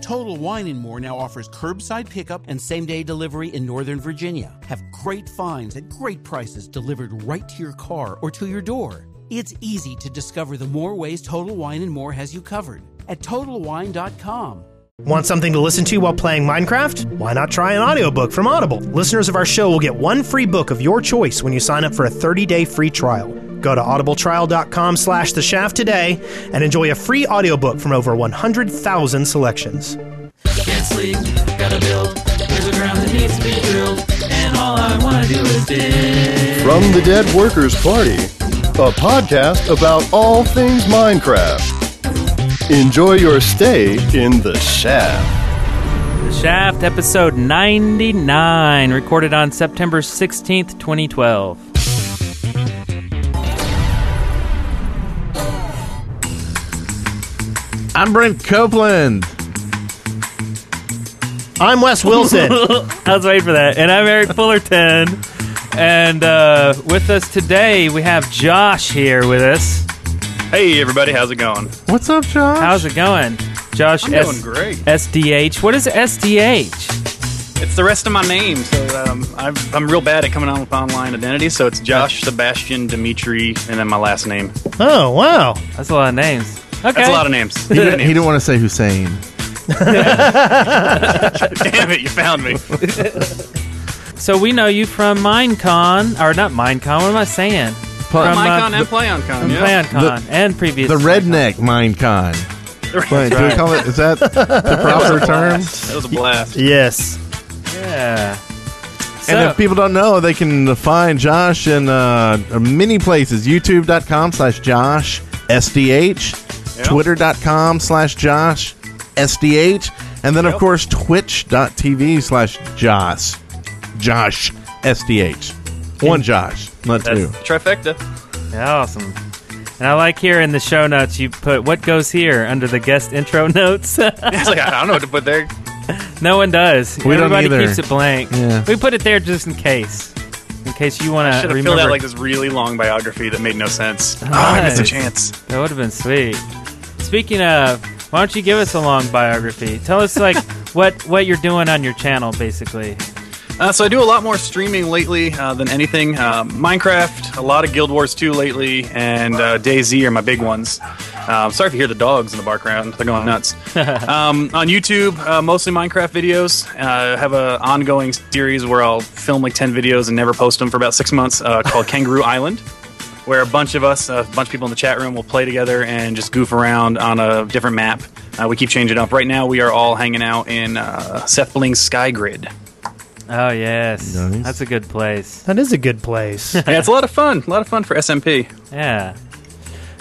Total Wine and More now offers curbside pickup and same day delivery in Northern Virginia. Have great finds at great prices delivered right to your car or to your door. It's easy to discover the more ways Total Wine and More has you covered at TotalWine.com. Want something to listen to while playing Minecraft? Why not try an audiobook from Audible? Listeners of our show will get one free book of your choice when you sign up for a 30-day free trial. Go to audibletrial.com slash the shaft today and enjoy a free audiobook from over 100,000 selections. Can't sleep, gotta build. There's a ground that needs to be drilled, and all I wanna do is dig. From the Dead Workers Party, a podcast about all things Minecraft. Enjoy your stay in the shaft. The Shaft, episode 99, recorded on September 16th, 2012. I'm Brent Copeland. I'm Wes Wilson. I was waiting for that. And I'm Eric Fullerton. And uh, with us today, we have Josh here with us. Hey everybody, how's it going? What's up, Josh? How's it going? Josh I'm S- doing great. SDH. What is SDH? It's the rest of my name, so um, I'm, I'm real bad at coming on with online identities. So it's Josh, Sebastian, Dimitri, and then my last name. oh, wow. That's a lot of names. Okay. That's a lot of names. he, didn't, he didn't want to say Hussein. Damn it, you found me. so we know you from Minecon, or not Minecon, what am I saying? Pun- From, uh, MyCon and PlayOnCon. Yeah. PlanCon and previous. The redneck Minecon. Wait, do we call it? Is that the proper term? That was a blast. Yes. Yeah. So, And if people don't know, they can find Josh in uh, many places. YouTube.com slash Josh SDH, Yep. Twitter.com slash Josh SDH, and then, of course, Twitch.tv slash Josh. Josh SDH. One Josh, not That's two. the trifecta. Awesome. And I like here in the show notes you put what goes here under the guest intro notes. It's like, I don't know what to put there. no one does. We don't Everybody either. keeps it blank. Yeah. We put it there just in case. In case you want I to should have remember. filled out like this really long biography that made no sense. Oh, I missed a Nice. chance. That would have been sweet. Speaking of, why don't you give us a long biography? Tell us like what what you're doing on your channel basically. Uh, so I do a lot more streaming lately uh, than anything. Uh, Minecraft, a lot of Guild Wars 2 lately, and uh, DayZ are my big ones. Uh, sorry if you hear the dogs in the background; they're going nuts. um, on YouTube, uh, mostly Minecraft videos. Uh, I have an ongoing series where I'll film like 10 videos and never post them for about six months uh, called Kangaroo Island. Where a bunch of us, a bunch of people in the chat room, will play together and just goof around on a different map. Uh, we keep changing up. Right now, we are all hanging out in uh, Seth Bling's Sky Grid. Oh yes. Nice. That's a good place. That is a good place. yeah, it's a lot of fun. A lot of fun for SMP. Yeah.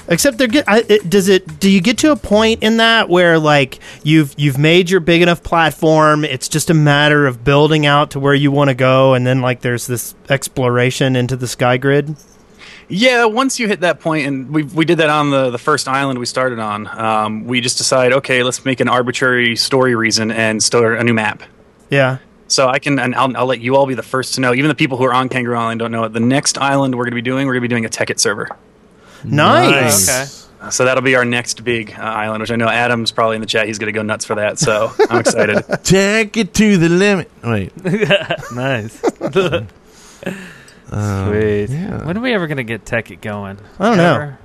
Except they're get, I, it, does it do you get to a point in that where like you've you've made your big enough platform it's just a matter of building out to where you want to go and then like there's this exploration into the sky grid Yeah, once you hit that point, and we we did that on the the first island we started on. Um, we just decide, okay, let's make an arbitrary story reason and start a new map. yeah So I can, and I'll, I'll let you all be the first to know. Even the people who are on Kangaroo Island don't know it. The next island we're going to be doing, we're going to be doing a Tekkit server. nice, Okay. So that'll be our next big uh, island, which I know Adam's probably in the chat. He's going to go nuts for that. So I'm excited. Take it to the limit. Wait. Nice. Sweet. uh, yeah. When are we ever gonna get Tech it going? I don't know. Ever?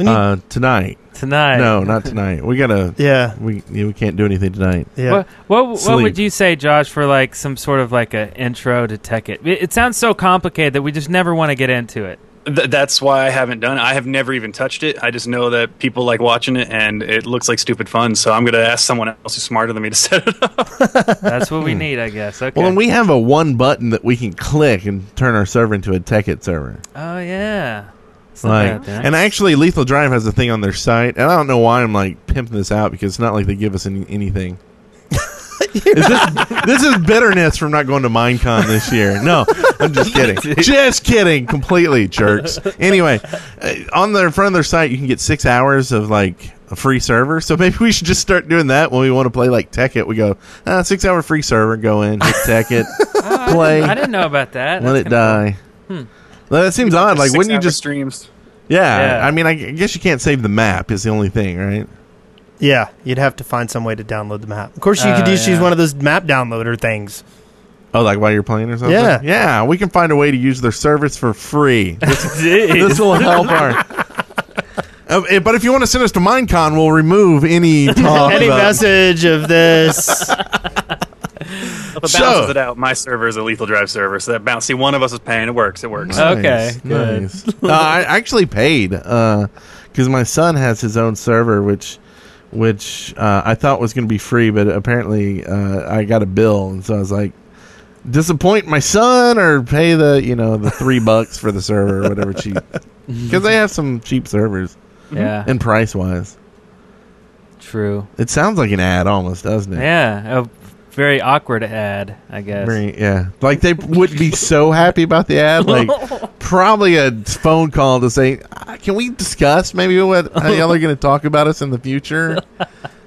Uh, tonight. Tonight. No, not tonight. We gotta. yeah We yeah, we can't do anything tonight. yeah What what, what Sleep. would you say, Josh, for like some sort of like a intro to Tech It? It sounds so complicated that we just never want to get into it. Th- that's why I haven't done it. I have never even touched it. I just know that people like watching it, and it looks like stupid fun. So I'm going to ask someone else who's smarter than me to set it up. That's what we need, I guess. Okay. Hmm. Well, and we have a one button that we can click and turn our server into a Tekkit server. oh yeah. It's not Like, bad, and actually, Lethal Drive has a thing on their site, and I don't know why I'm like pimping this out because it's not like they give us any, anything. is this, this is bitterness from not going to Minecon this year. No, I'm just kidding. just kidding. Completely jerks. Anyway, uh, on their in front of their site, you can get six hours of like a free server. So maybe we should just start doing that when we want to play like Tekkit. We go ah, six hour free server. Go in, hit Tekkit, play, I didn't know about that. let That's it kinda cool. die. Hmm. Well, that seems odd. Like, Six wouldn't you hour just streams? yeah, Yeah. I mean, I g- I guess you can't save the map is the only thing, right? Yeah, you'd have to find some way to download the map. Of course, you could Oh, just use yeah. one of those map downloader things. Oh, like while you're playing or something? Yeah. Yeah, we can find a way to use their service for free. This, Jeez. this will help our. Uh, eh, but if you want to send us to Minecon, we'll remove any talk Any about- message of this? But it balances So- it out. My server is a lethal drive server, so that bounce. See, one of us is paying. It works. It Mm-hmm. works. Uh, Okay, good. Nice. No, I actually paid because my son has his own server, which which uh, I thought was going to be free, but apparently uh, I got a bill, and so I was like, disappoint my son or pay the you know the three bucks for the server or whatever cheap because they have some cheap servers yeah, and price wise. true. It sounds like an ad almost, doesn't it? Yeah, a very awkward ad, I guess. Very- yeah. Like they would be so happy about the ad, like probably a phone call to say, "Uh, "Can we discuss maybe what how y'all are going to talk about us in the future?"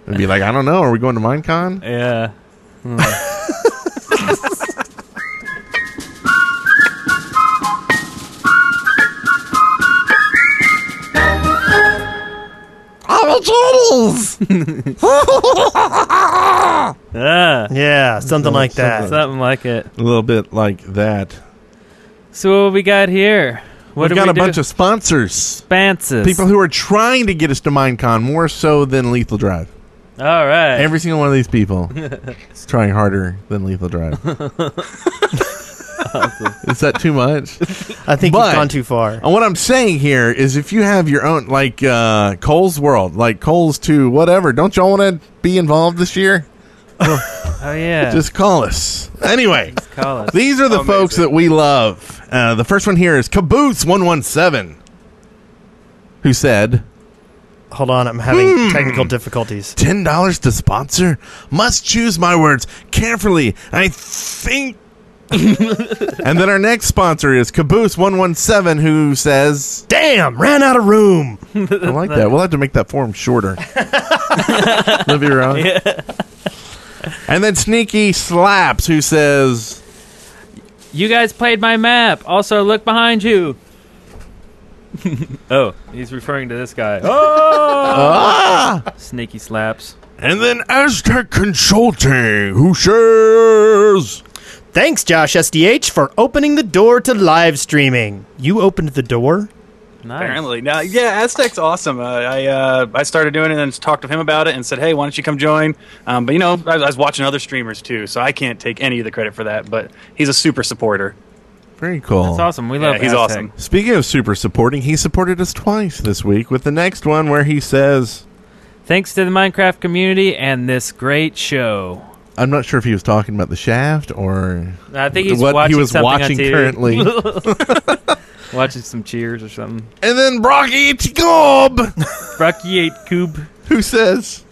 And be like, "I don't know. Are we going to Minecon?" Yeah. Oh, turtles! Ah, Yeah, something like that. something like it. a little bit like that. So what we got here? What We've do got we a do? bunch of sponsors, Spances. people who are trying to get us to Minecon more so than Lethal Drive. All right. Every single one of these people is trying harder than Lethal Drive. Is that too much? I think But- you've gone too far. And what I'm saying here is if you have your own, like uh, Cole's World, like Cole's 2, whatever, don't y'all want to be involved this year? oh yeah. Just call us. Anyway, call it. these are the Amazing. folks that we love. Uh, the first one here is Caboose117, who said, Hold on, I'm having technical difficulties. ten dollars to sponsor? Must choose my words carefully. I think. and then our next sponsor is Caboose One One Seven, who says, Damn, ran out of room. "I like that. We'll have to make that form shorter." Live your own. And then Sneaky Slaps, who says, You guys played my map. Also, look behind you. oh, he's referring to this guy. Oh! Sneaky slaps. and then Aztec Consulting, who says, Thanks, Josh SDH, for opening the door to live streaming. You opened the door? Nice. Apparently, now yeah, Aztec's awesome. Uh, I uh, I started doing it and talked to him about it and said, hey, why don't you come join? Um, but you know, I, I was watching other streamers too, so I can't take any of the credit for that. But he's a super supporter. "Very cool. It's Oh. awesome. We love. yeah, he's Aztec. awesome. Speaking of super supporting, he supported us twice this week with the next one where he says, Thanks to the Minecraft community and this great show. I'm not sure if he was talking about the shaft or I think he's what watching he was something on watching TV. currently. and watching some Cheers or something. then Brocky Gob, Rocky Eight Cube. who says,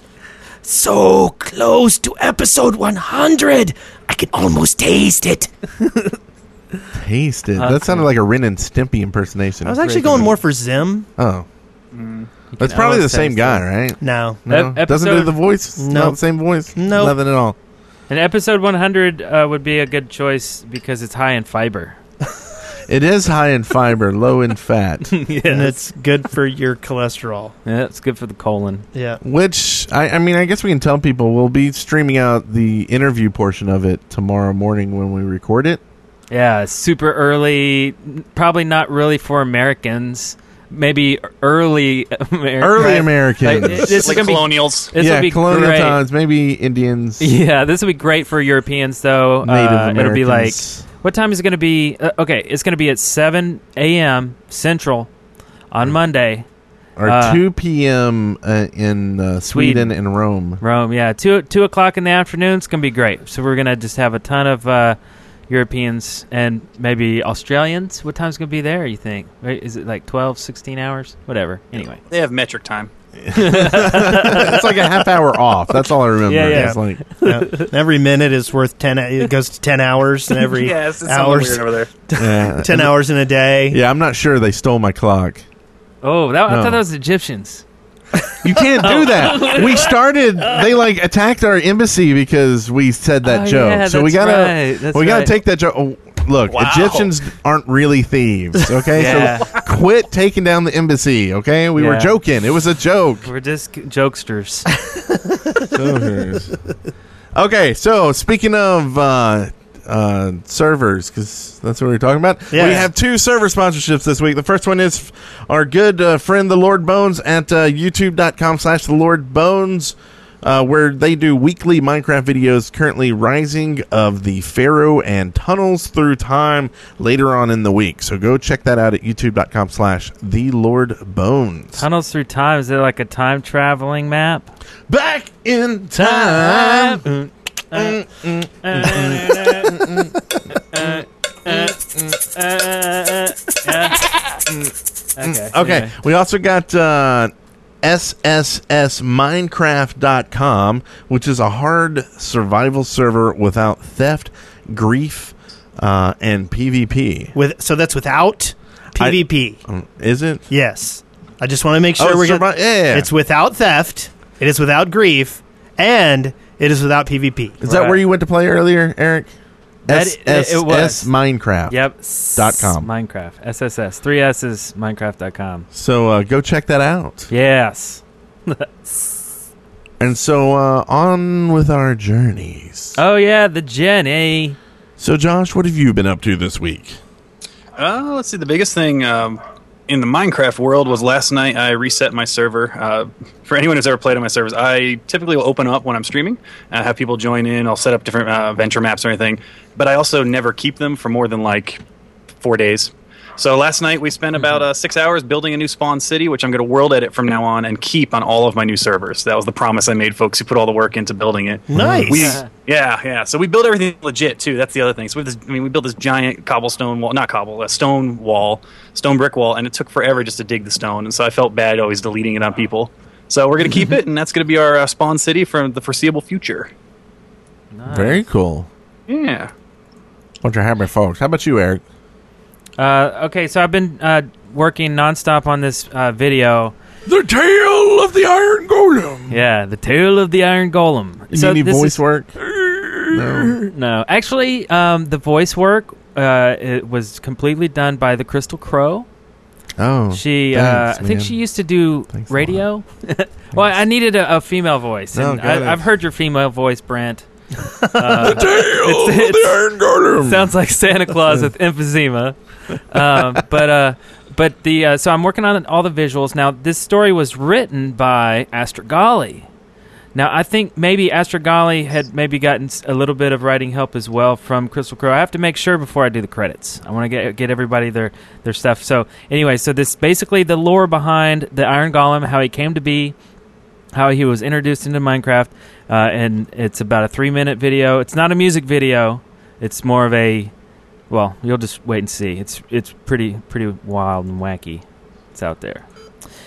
So close to episode 100. I can almost taste it. "Taste it." That sounded like a Ren and Stimpy impersonation. I was actually going more for Zim. Oh, that's probably the always same taste guy, right? No. No, Mm. Ep- doesn't do episode- the voice. It's No. not the same voice. No. nothing at all. And episode 100 uh, would be a good choice because it's high in fiber. It is high in fiber, low in fat, And it's good for your cholesterol. Yeah, it's good for the colon. Yeah. which I, I mean, I guess we can tell people we'll be streaming out the interview portion of it tomorrow morning when we record it. Yeah, super early. Probably not really for Americans. Maybe early Americans. Early Americans. this like is gonna be- colonials. This yeah, would be colonial great. times, maybe Indians, Yeah, this would be great for Europeans, though. Native Uh, Americans. it'll be like, what time is it going to be? Uh, okay, it's going to be at 7 a.m. Central on Monday. or uh, 2 p.m. Uh, in uh, Sweden and Rome. Rome, yeah. Two two o'clock in the afternoon. It's gonna be great. So we're gonna just have a ton of uh, Europeans and maybe Australians. What time's gonna be there? You think? Right? Is it like 12, 16 hours? Whatever. Anyway, They have metric time. it's like a half hour off. That's all I remember. Yeah, yeah. It's like Yeah. And every minute is worth 10 it goes to 10 hours and every Yes, it's something hours weird over there. yeah. 10 hours in a day. Yeah, I'm not sure they stole my clock. oh, that, I No. thought that was Egyptians. You can't Oh. do that. We started. They like attacked our embassy because we said that Oh, joke. yeah, so we that's gotta right, that's we gotta right. take that joke. Oh, look, Wow. Egyptians aren't really thieves. Okay, Yeah. so quit taking down the embassy. Okay, we were Yeah. joking. It was a joke. We're just c- jokesters. okay, so speaking of uh, uh, servers, because that's what we were talking about, Yeah. we have two server sponsorships this week. The first one is f- our good uh, friend, the Lord Bones, at uh, youtube.com slash the Lord Bones. Uh, where they do weekly Minecraft videos, currently Rising of the Pharaoh and Tunnels Through Time later on in the week. So go check that out at youtube.com slash the Lord Bones. Tunnels through time. Is it like a time traveling map? Back in time. Um, Mm. Okay. Okay. anyway. We also got uh, SSSMinecraft.com, which is a hard survival server without theft, grief, uh, and PvP. With so that's without I- PvP. Um, is it? yes, I just want to make sure oh, we're survi- gonna- yeah. It's without theft. It is without grief, and it is without PvP. is that Right. where you went to play earlier, Eric? That- it- it was. Minecraft. Yep. Dot com. Minecraft. SSS. Three S's. Minecraft.com. So uh, go check that out. Yes. And so uh, on with our journeys. Oh yeah, the Jenny. so Josh, what have you been up to this week? Uh, let's see. The biggest thing um, in the Minecraft world was last night I reset my server. Uh, for anyone who's ever played on my servers, I typically will open up when I'm streaming. I have people join in. I'll set up different uh, venture maps or anything, but I also never keep them for more than like four days. So last night we spent about uh, six hours building a new spawn city, which I'm going to world edit from now on and keep on all of my new servers. That was the promise I made folks who put all the work into building it. Nice. We, yeah, yeah. So we build everything legit too. That's the other thing. So we have this, I mean, we built this giant cobblestone wall, not cobble, a stone wall, stone brick wall, and it took forever just to dig the stone. And so I felt bad always deleting it on people. So we're gonna keep it, and that's gonna be our uh, spawn city for the foreseeable future. Very cool. Yeah. Bunch of hammer folks. How about you, Eric? Uh, okay, so I've been uh, working nonstop on this uh, video. The tail of the Iron Golem. Yeah, the tale of the Iron Golem. You so need any this voice is- work? No. No, actually, um, the voice work uh, it was completely done by the Crystal Crow. Oh, She, thanks, uh, I think man. she used to do Thanks a radio. well, I needed a, a female voice. No, and got it. I, I've heard your female voice, Brent. Uh, Tail It's- of the Iron Golem. Sounds like Santa Claus with emphysema. Um, but uh, but the uh, so I'm working on all the visuals now. This story was written by Astrogali. Now I think maybe Astrogali had maybe gotten s- a little bit of writing help as well from Crystal Crow. I have to make sure before I do the credits. I want to get get everybody their their stuff. So anyway, so this basically the lore behind the Iron Golem, how he came to be, how he was introduced into Minecraft, uh, and it's about a three minute video. It's not a music video. It's more of a well, you'll just wait and see. It's it's pretty pretty wild and wacky. It's out there,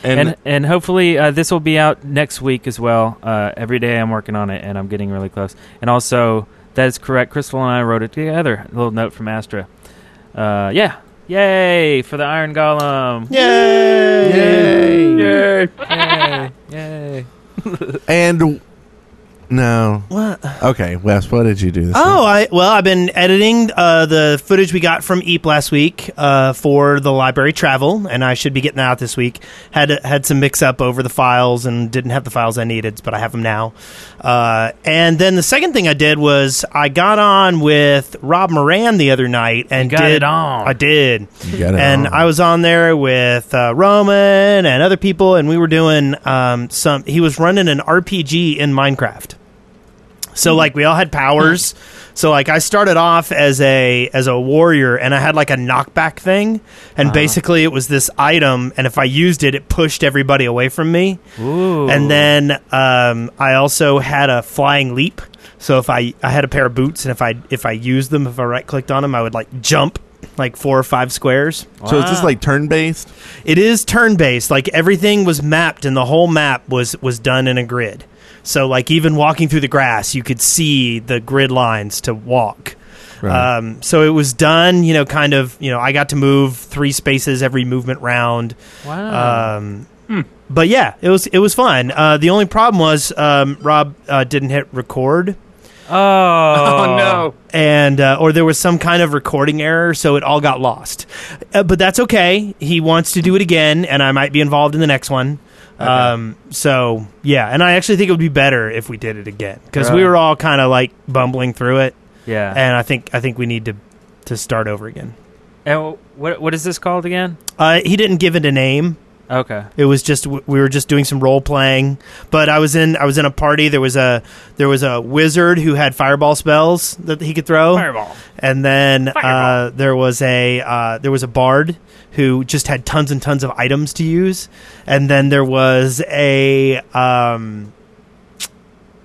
and, and and, hopefully uh, this will be out next week as well. Uh, every day I'm working on it, and I'm getting really close. And also, that is correct. Crystal and I wrote it together. A little note from Astra. Uh, yeah, yay for the Iron Golem! yay, Yay! Yay! Yay! and no. What? Okay, Wes, what did you do? This Oh, I well, I've been editing uh, the footage we got from Eep last week uh, for the library travel, and I should be getting that out this week. Had had some mix up over the files and didn't have the files I needed, but I have them now. Uh, and then the second thing I did was I got on with Rob Moran the other night and You got did it on. I did, You got it and on. I was on there with uh, Roman and other people, and we were doing um, some. He was running an RPG in Minecraft. So like we all had powers. so like I started off as a as a warrior and I had like a knockback thing and basically it was this item and if I used it it pushed everybody away from me. Ooh. And then um, I also had a flying leap. So if I I had a pair of boots and if I if I used them if I right clicked on them I would like jump like four or five squares. week? So is this like turn based? It is turn based. Like everything was mapped, and the whole map was was done in a grid. So like even walking through the grass, you could see the grid lines to walk. Right. Um, so it was done, you know, kind of, you know, I got to move three spaces every movement round. wow. Um, hmm. But yeah, it was it was fun. Uh, the only problem was um, Rob uh, didn't hit uh, record, Oh, Oh no! and uh, or there was some kind of recording error, so it all got lost. Uh, but that's okay. He wants to do it again, and I might be involved in the next one. Um, so yeah, and I actually think it would be better if we did it again because we Right. were all kind of like bumbling through it, Yeah. and I think I think we need to to start over again. And wh- what what is this called again? Uh, he didn't give it a name. Okay. It was just we were just doing some role playing, but I was in I was in a party. There was a there was a wizard who had fireball spells that he could throw. Fireball. and then uh, there was a uh, there was a bard who just had tons and tons of items to use, and then there was a um,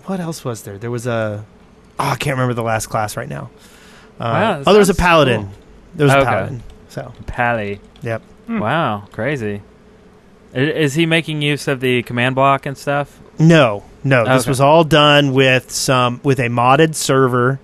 what else was there? There was a oh, I can't remember the last class right now. Uh, Wow, that oh, there was a sounds paladin. cool. There was Okay. a paladin. So Pally. yep. Hmm. Wow, crazy. I- Is he making use of the command block and stuff? No, no. This Okay. was all done with some with a modded server.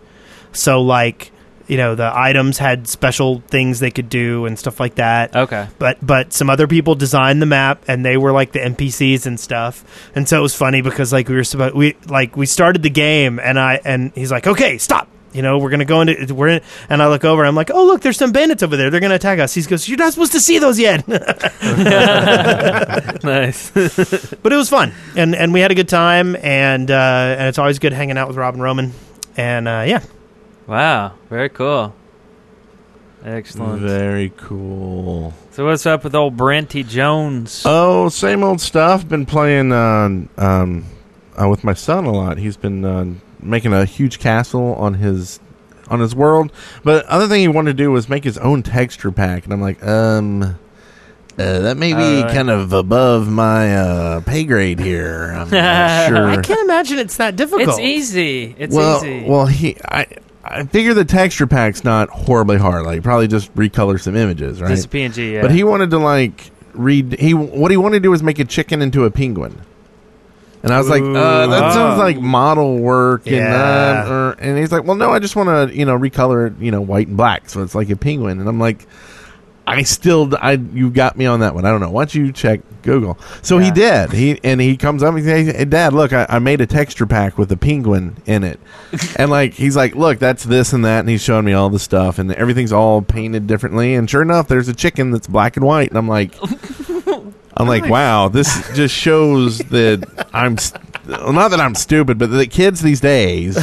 So like you know the items had special things they could do and stuff like that. Okay. but but some other people designed the map and they were like the NPCs and stuff. And so it was funny because like we were supposed we like we started the game and I and he's like, "Okay, stop." You know, we're gonna go into we're in, and I look over. and I'm like, "Oh, look, there's some bandits over there. They're gonna attack us." He goes, "You're not supposed to see those yet." Nice. but it was fun, and and we had a good time, and uh, and it's always good hanging out with Robin Roman. And uh, yeah, wow, very cool. Excellent. Very cool. So what's up with old Brenty Jones? Oh, same old stuff. Been playing uh, um, uh, with my son a lot. He's been uh, making a huge castle on his on his world. But other thing he wanted to do was make his own texture pack, and I'm like, um, uh, that may be Uh, kind of above my uh, pay grade here. I'm not sure. I can't imagine it's that difficult. it's e- easy. It's well, easy. well, he I. I figure the texture pack's not horribly hard. Like, probably just recolor some images, right? Just a PNG. Yeah. But he wanted to like read. He what he wanted to do was make a chicken into a penguin. And I was like, uh, that sounds like model work. Yeah. And, uh, er, and he's like, well, no, I just want to, you know, recolor it, you know, white and black. So it's like a penguin. And I'm like, I still, I you got me on that one. I don't know. Why don't you check Google? So he did. He and he comes up and he says, hey, Dad, look, I, I made a texture pack with a penguin in it, and like he's like, look, that's this and that, and he's showing me all the stuff, and everything's all painted differently. And sure enough, there's a chicken that's black and white, and I'm like, I'm like, wow, this just shows that I'm. St- not that I'm stupid, but the kids these days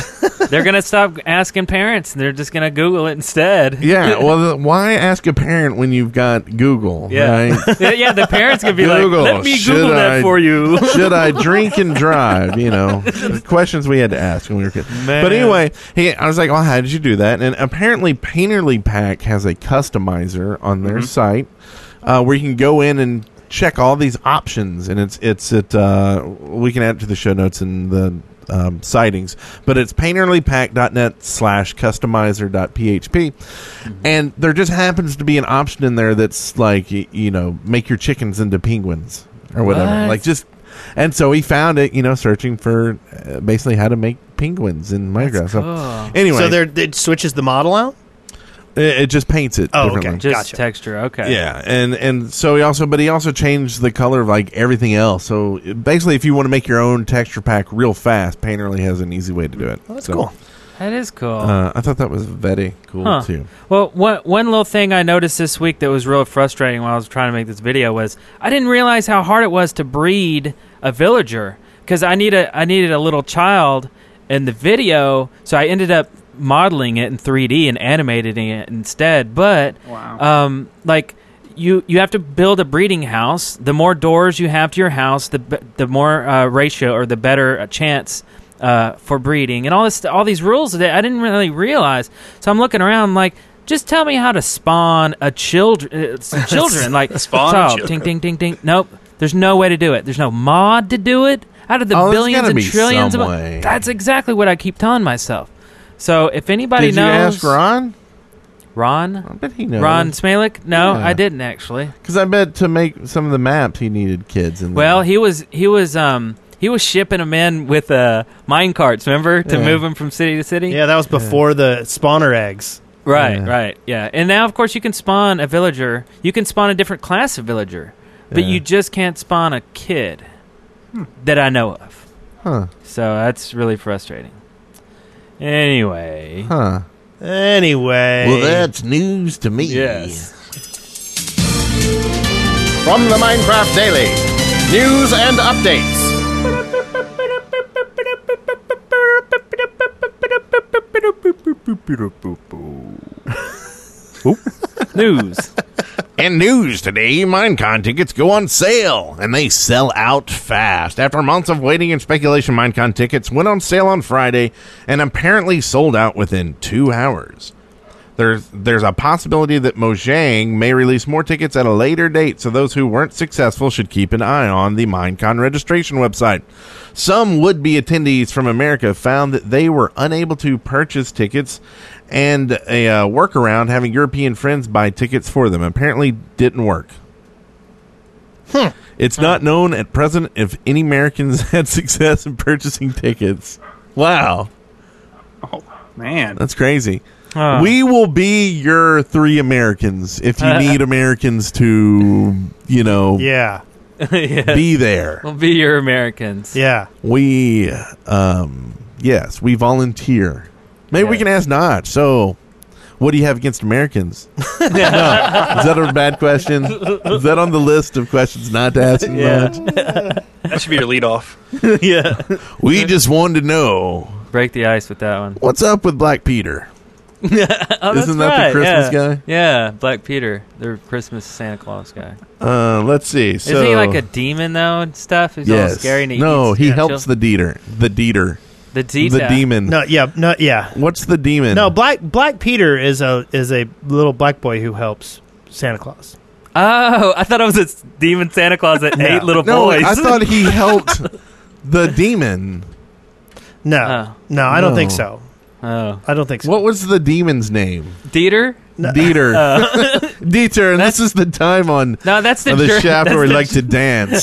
they're gonna stop asking parents. They're just gonna Google it instead. Yeah, well, th- why ask a parent when you've got Google? Yeah. right? yeah. The parents could be Google, like, "Let me should Google that I- for you." Should I drink and drive? You know, the questions we had to ask when we were kids. But anyway, he, I was like, "Well, how did you do that?" And apparently, Painterly Pack has a customizer on their site uh, where you can go in and check all these options, and it's it's at uh, we can add it to the show notes and the. Um, sightings, but it's painterlypack.net slash customizer.php. And there just happens to be an option in there that's like, y- you know, make your chickens into penguins or whatever. What? Like just, and so he found it, you know, searching for uh, basically how to make penguins in Minecraft. cool. So anyway, so there it switches the model out. it, it just paints it Oh, okay. differently. Just Gotcha. texture. Okay. Yeah, and and so he also, but he also changed the color of like everything else. So basically, if you want to make your own texture pack real fast, Painterly has an easy way to do it. that's So, cool. That is cool. Uh, I thought that was very cool Huh. too. Well, one, one little thing I noticed this week that was real frustrating while I was trying to make this video was I didn't realize how hard it was to breed a villager because I need a I needed a little child in the video, so I ended up modeling it in 3D and animating it instead. But um, like you you have to build a breeding house. The more doors you have to your house, the be- the more uh, ratio or the better uh, chance uh, for breeding and all this all these rules that I didn't really realize. So I'm looking around like. Just tell me how to spawn a children, uh, some children like Spawn child. children. Ding, ding, ding, ding. Nope, there's no way to do it. There's no mod to do it. Out of the Oh, there's billions gotta and be trillions some of way. that's exactly what I keep telling myself. So if anybody Did you knows ask Ron? Ron, I bet he knows. Ron Smalik? No, Yeah. I didn't actually. because I bet to make some of the maps he needed kids. In Well, there. he was he was um he was shipping them in with uh mine carts, remember, to Yeah. move them from city to city. Yeah, that was before the spawner eggs. Right, Yeah. right, yeah. And now, of course, you can spawn a villager. You can spawn a different class of villager, but Yeah. Hmm. you just can't spawn a kid that I know of. Huh. So that's really frustrating. Anyway, Huh. Anyway. Well, that's news to me. From the Minecraft Daily, news and updates. news. In news today, Minecon tickets go on sale, and they sell out fast. After months of waiting and speculation, Minecon tickets went on sale on Friday and apparently sold out within two hours. There's, there's a possibility that Mojang may release more tickets at a later date, so those who weren't successful should keep an eye on the Minecon registration website. Some would be attendees from America found that they were unable to purchase tickets and a uh, workaround having European friends buy tickets for them apparently didn't work. It's not known at present if any Americans had success in purchasing tickets. Wow, Man, that's crazy. Huh. We will be your three Americans if you need Americans to, you know, Yeah. yeah. be there. We'll be your Americans. Yeah. We, um, yes, we volunteer. Maybe Yeah. we can ask Notch. So, what do you have against Americans? no. Is that a bad question? Is that on the list of questions not to ask Notch? that should be your lead off. yeah. We just wanted to know Break the ice with that one. what's up with Black Peter. Oh, Isn't that that's the right, Christmas yeah. guy? Yeah, Black Peter, the Christmas Santa Claus guy. Uh, let's see. So, Isn't he like a demon though and stuff? He's all scary and he no, eats he chil- helps the Dieter. The Dieter. the Zeta. The demon. No, yeah, no, yeah. What's the demon? No, Black Black Peter is a is a little black boy who helps Santa Claus. Oh, I thought it was a s- demon Santa Claus that ate little no, boys. I thought he helped the demon. No, Oh. no, I don't No. think so. oh, I don't think so. What was the demon's name? Dieter? Dieter. Uh, Dieter, and this is the time on No, that's the, on the Ger- shaft that's where we the- like to dance.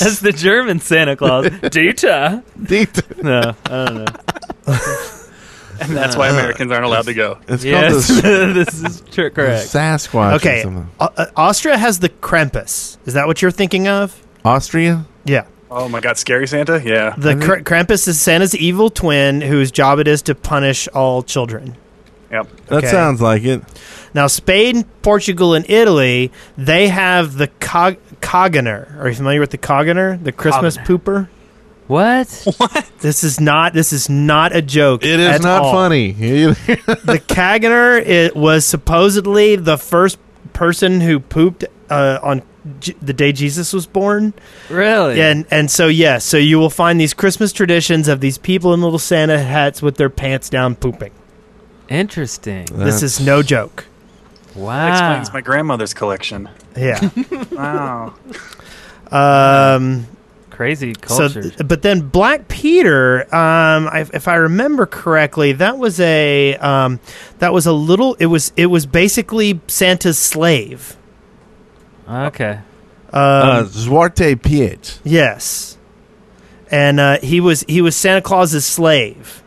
That's the German Santa Claus. Dieter. Dieter. No, I don't know. And that's why Americans aren't allowed to go. It's Yes, called the, this is tr- s- correct. Sasquatch. or okay, something. Au- uh, Austria has the Krampus. Is that what you're thinking of? Austria. Yeah, Oh my God, scary Santa? Yeah. the Kr- Krampus is Santa's evil twin whose job it is to punish all children. Yep. That Okay. sounds like it. Now, Spain, Portugal, and Italy they have the cog- Cogener. Are you familiar with the Cogener, the Christmas pooper? What? This is not. This is not a joke. It is at not all. funny. the Kaganer it was supposedly the first person who pooped uh, on J- the day Jesus was born, Really? and and so yes, so you will find these Christmas traditions of these people in little Santa hats with their pants down pooping. Interesting. this is no joke. That Wow. explains my grandmother's collection. Yeah. Wow. Um, Crazy so, culture. but then Black Peter, um, I, if I remember correctly, that was a um, that was a little. It was it was basically Santa's slave. Um, okay. uh, Zwarte Piet. Yes, and uh, he was he was Santa Claus's slave.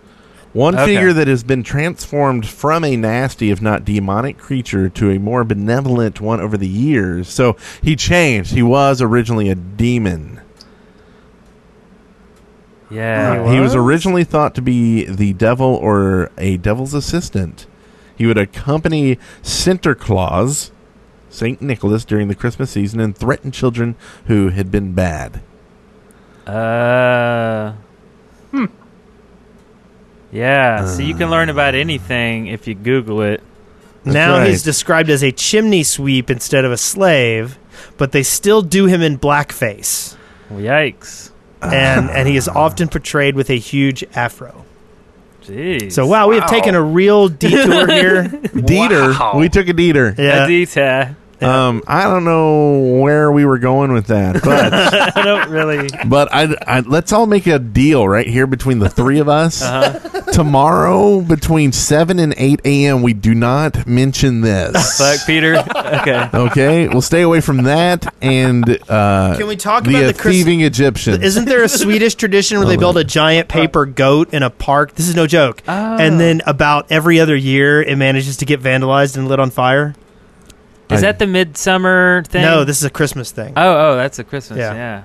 One Okay. figure that has been transformed from a nasty, if not demonic, creature to a more benevolent one over the years. So he changed. He was originally a demon. Yeah. Uh, He was originally thought to be the devil or a devil's assistant. He would accompany Santa Claus, St. Nicholas, during the Christmas season and threaten children who had been bad. Uh. Yeah. so you can learn about anything if you Google it. That's now right. he's described as a chimney sweep instead of a slave, but they still do him in blackface, Well, yikes. Ah. and and he is often portrayed with a huge afro. Jeez. So wow, we have taken a real detour here. Dieter. Wow. We took a Dieter. Yeah, Adita. Um, I don't know where we were going with that, but. I don't really. But I, I- let's all make a deal right here between the three of us. Uh-huh. Tomorrow, between seven and eight a.m., we do not mention this. Fuck Peter. Okay. Okay, we'll stay away from that. And uh, Can we talk the about uh, the Chris- thieving Egyptian? Isn't there a Swedish tradition where they build a giant paper goat in a park? This is no joke. Oh. And then about every other year, it manages to get vandalized and lit on fire. Is that the midsummer thing? No, this is a Christmas thing. Oh, oh, that's a Christmas. Yeah. Yeah.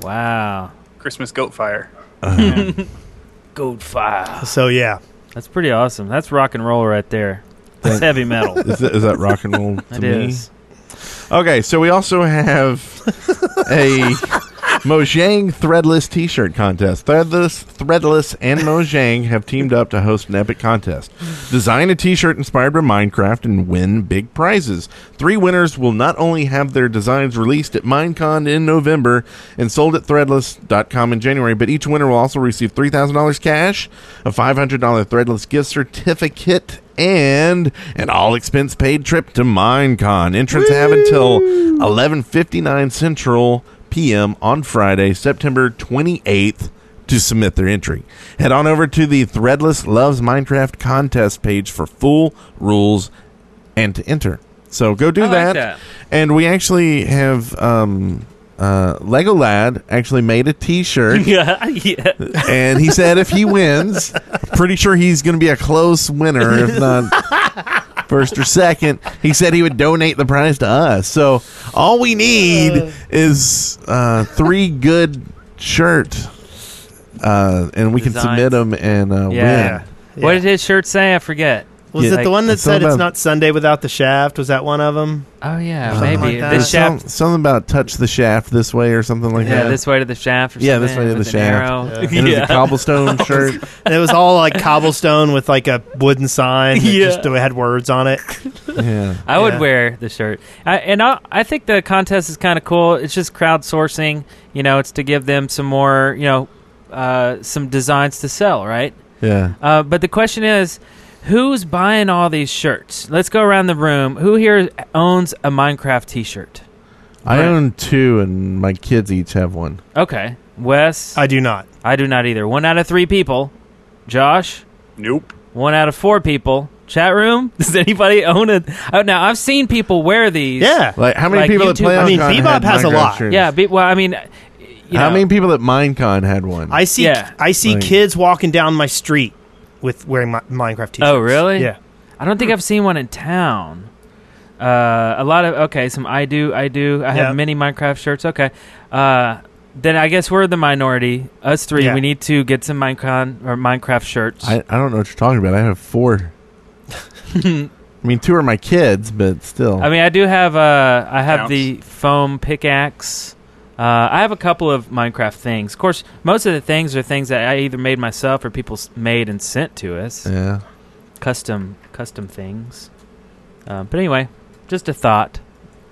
Wow. Christmas goat fire. Gold Uh-huh. fire. So yeah, That's pretty awesome. That's rock and roll right there. That's heavy metal. Is that, is that rock and roll to It me? is. Okay, so we also have a Mojang Threadless T-shirt contest. Threadless, Threadless, and Mojang have teamed up to host an epic contest. Design a T-shirt inspired by Minecraft and win big prizes. Three winners will not only have their designs released at Minecon in November and sold at Threadless.com in January, but each winner will also receive three thousand dollars cash, a five hundred dollar Threadless gift certificate, and an all expense paid trip to Minecon. Entrance have until 11:59 Central p.m. on Friday, September 28th to submit their entry. Head on over to the Threadless Loves Minecraft contest page for full rules and to enter. So go do I like that. that. And we actually have um uh, Lego Lad actually made a T-shirt yeah, yeah. and he said if he wins, pretty sure he's going to be a close winner, if not first or second. He said he would donate the prize to us. So all we need is uh, three good shirt, uh, and we can Designs. submit them and uh, yeah. win. What did his shirt say? I forget. Was Yeah. it the one that It's all said it's about- not Sunday without the shaft? Was that one of them? Oh yeah, Something maybe like the that. There's some- shaft. something about touch the shaft this way or something like Yeah, that. this way to the shaft. Or Yeah, this something, way to with the an shaft. arrow. and it was a cobblestone shirt. And it was all like cobblestone with like a wooden sign. That Yeah. just had words on it. Yeah. I would Yeah. wear the shirt, I, and I, I think the contest is kind of cool. It's just crowdsourcing, you know. It's to give them some more, you know, uh, some designs to sell, right? Yeah. Uh, but the question is, who's buying all these shirts? Let's go around the room. Who here owns a Minecraft T-shirt? I Right. own two, and my kids each have one. Okay, Wes. I do not. I do not either. One out of three people. Josh. Nope. One out of four people. Chat room. Does anybody own it? Oh, now I've seen people wear these. Yeah. Like how many Like people that YouTube- play? I mean, Minecon Bebop had has a Minecraft lot. shirts? Yeah, be, well, I mean, uh, you How know, many people at Minecon had one? I see Yeah. I see Like- kids walking down my street with wearing my Minecraft t-shirts. Oh, really? Yeah. I don't think I've seen one in town. Uh, a lot of okay, some I do, I do. I Yeah. have many Minecraft shirts. Okay, uh, then I guess we're the minority. Us three, Yeah. we need to get some Minecon or Minecraft shirts. I, I don't know what you're talking about. I have four. I mean, two are my kids, but still. I mean, I do have uh, I have Counts. the foam pickaxe. Uh, I have a couple of Minecraft things. Of course, most of the things are things that I either made myself or people s- made and sent to us, yeah. custom custom things. Uh, but anyway, just a thought.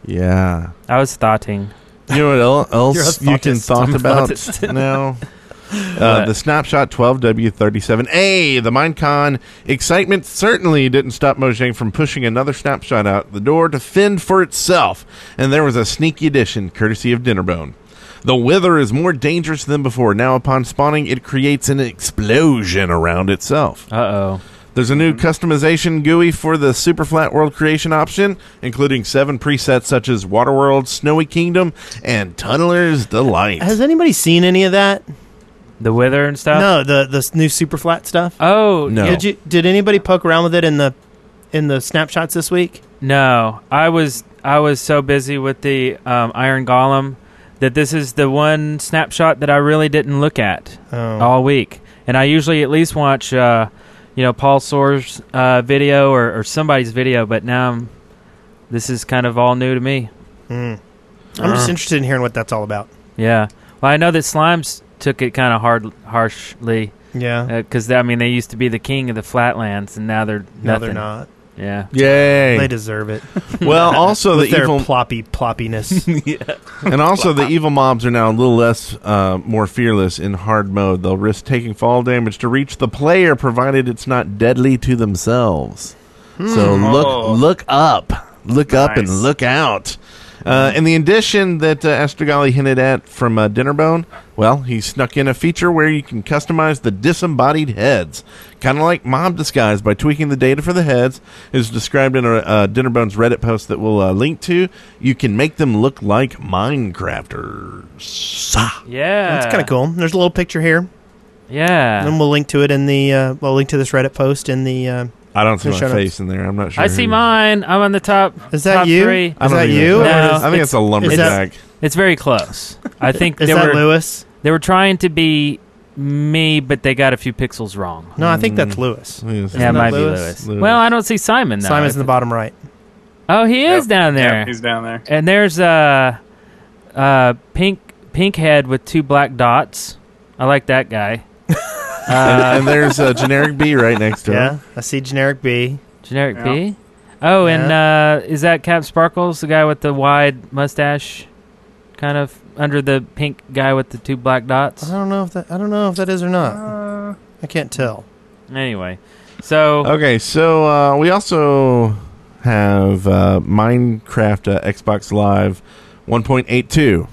Yeah. I was thoughting. You know what el- You're a else you can thoughtist. talk I'm a about thoughtist. now? Uh, What? the Snapshot 12W37A, the Minecon excitement certainly didn't stop Mojang from pushing another snapshot out the door to fend for itself, and there was a sneaky addition courtesy of Dinnerbone. The wither is more dangerous than before. Now, upon spawning, it creates an explosion around itself. Uh oh. There's a new customization GUI for the super flat world creation option, including seven presets such as Waterworld, Snowy Kingdom, and Tunneler's Delight. Has anybody seen any of that? The wither and stuff. no, the the s- new super flat stuff. Oh No. Did you did anybody poke around with it in the in the snapshots this week? No, I was I was so busy with the um, Iron Golem that this is the one snapshot that I really didn't look at Oh. all week. And I usually at least watch, uh, you know, Paul Sore's uh, video or, or somebody's video. But now I'm, this is kind of all new to me. Mm. I'm just interested in hearing what that's all about. Yeah. Well, I know that Slimes took it kind of hard, harshly Yeah. because I mean they used to be the king of the Flatlands and now they're nothing. No, they're not. Yeah. They Yay! deserve it. Well, also the With their evil ploppy ploppiness. and also the evil mobs are now a little less, uh, more fearless in hard mode. They'll risk taking fall damage to reach the player, provided it's not deadly to themselves. So Hmm. Oh. look, look up, look up, and Nice. look out. Uh, and the addition that uh, Astrogali hinted at from uh, Dinnerbone, well, he snuck in a feature where you can customize the disembodied heads, kind of like mob disguise, by tweaking the data for the heads. Is described in a, uh, Dinnerbone's Reddit post that we'll uh, link to. You can make them look like Minecrafters. Yeah. That's kind of cool. There's a little picture here, Yeah. and we'll link to it in the. Uh, we'll link to this Reddit post in the. Uh, I don't see Your my shout-outs. face in there. I'm not sure. I who- see mine. I'm on the top. is that top you? Three. I Is don't that even- you? or No. is, I think it's, a lumberjack. It's very close. I think is they that were Lewis? they were trying to be me, but they got a few pixels wrong. No, I think that's Lewis. Yes. yeah, it that might Lewis? be Lewis. Lewis. Well, I don't see Simon though. Simon's in the bottom right. oh, he is down there. Yeah, he's down there. and there's a uh, uh, pink pink head with two black dots. I like that guy. and, and there's a generic B right next to him. Yeah, I see generic B. Generic Yeah. B. Oh, and uh, is that Cap Sparkles, the guy with the wide mustache, kind of under the pink guy with the two black I dots? don't know if that. I don't know if that is or not. I can't tell. Anyway, so Okay, so uh, we also have uh, Minecraft uh, Xbox Live 1.82.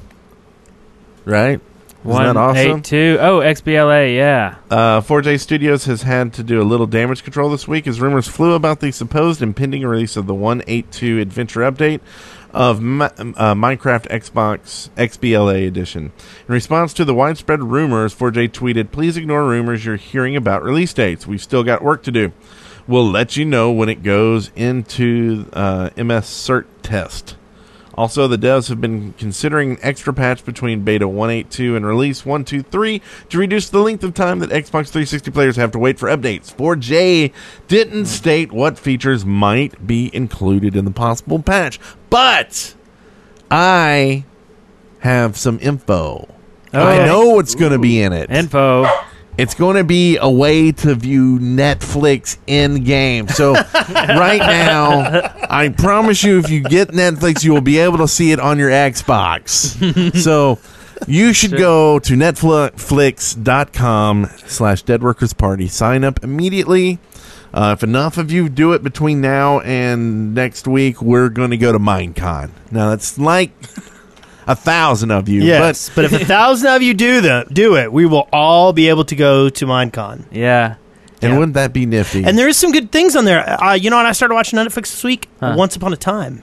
Right? Oh, one Isn't that awesome? eight two. Oh, XBLA. Yeah. Uh, 4J Studios has had to do a little damage control this week as rumors flew about the supposed impending release of the 182 Adventure Update of Mi- uh, Minecraft Xbox XBLA Edition. In response to the widespread rumors, 4J tweeted, Please ignore rumors you're hearing about release dates. We've still got work to do. We'll let you know when it goes into uh, MS Cert test. Also, the devs have been considering an extra patch between beta 182 and release 123 to reduce the length of time that Xbox 360 players have to wait for updates. 4J didn't state what features might be included in the possible patch, but I have some info. I Okay. know what's going to be in it. Info. It's going to be a way to view Netflix in game. So, right now, I promise you, if you get Netflix, you will be able to see it on your Xbox. So, you should go to netflix.com slash deadworkers party. Sign up immediately. Uh, if enough of you do it between now and next week, we're going to go to Minecon. Now, that's like a thousand of you. Yes, but, if a thousand of you do the do it, we will all be able to go to MineCon. Yeah. But, and Yeah. wouldn't that be nifty? And there is some good things on there. Uh, you know what? I started watching Netflix this week. Huh. Once Upon a Time.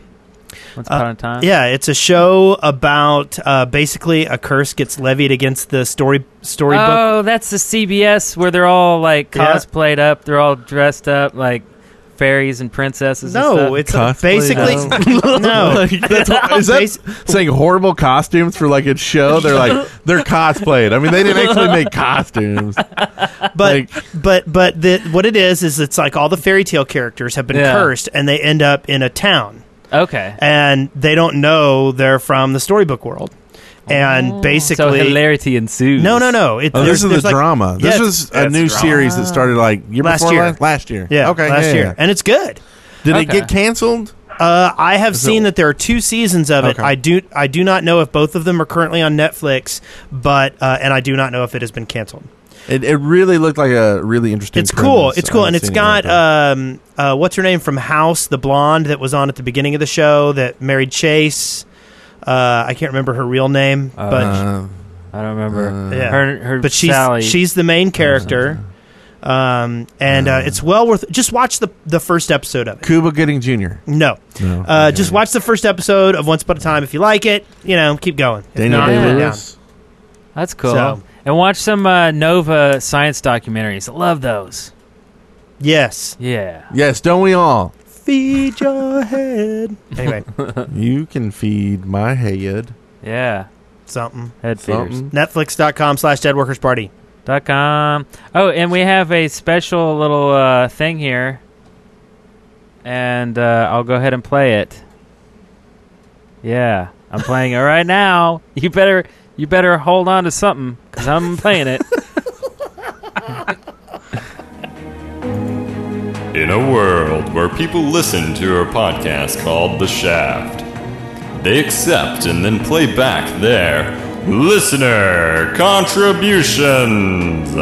Once Uh, upon a time. Yeah, it's a show about uh, basically a curse gets levied against the story storybook. Oh, that's the CBS where they're all like Yeah. cosplayed up. They're all dressed up like fairies and princesses. and no, stuff. it's Cosplay? basically no. Like, that's- Oh. is that saying horrible costumes for like a show? They're like they're cosplayed. I mean, they didn't actually make costumes. but Like- but but the, what it is is it's like all the fairy tale characters have been Yeah. cursed and they end up in a town okay. and they don't know they're from the storybook world and Oh. So basically hilarity ensues. no no no it, Oh, there's- this is there's the like- drama. yeah, This it's- is a it's new drama. series that started like year Last before year. last, last year. yeah okay, last yeah, year yeah. and it's good Did it Okay. get canceled? uh, I have seen that there are two seasons of it Okay. I do I do not know if both of them are currently on Netflix but uh, and I do not know if it has been canceled It, it really looked like a really interesting. it's cool premise. it's I cool haven't and it's seen got it, but- um, uh, what's her name from house the blonde that was on at the beginning of the show that married chase uh, i can't remember her real name but Uh, I don't remember. Uh, yeah. Her, her but she's Sally. she's the main character Uh-huh. um, and uh, it's well worth just watch the the first episode of it Cuba Gooding Jr. no No, uh, just watch the first episode of once upon a time if you like it you know keep going If Daniel not, Day yeah. put it down. Lewis. That's cool. So- And watch some uh, Nova science documentaries. I love those. yes Yeah. Yes, don't we all? feed your head anyway You can feed my head Yeah. something Head feeders. something. netflix.com slash deadworkers party Dot com. Oh, and we have a special little uh, thing here. And uh, I'll go ahead and play it. Yeah, I'm playing it right now. You better you better hold on to something cuz I'm playing it. In a world where people listen to a podcast called The Shaft, they accept and then play back their listener contributions.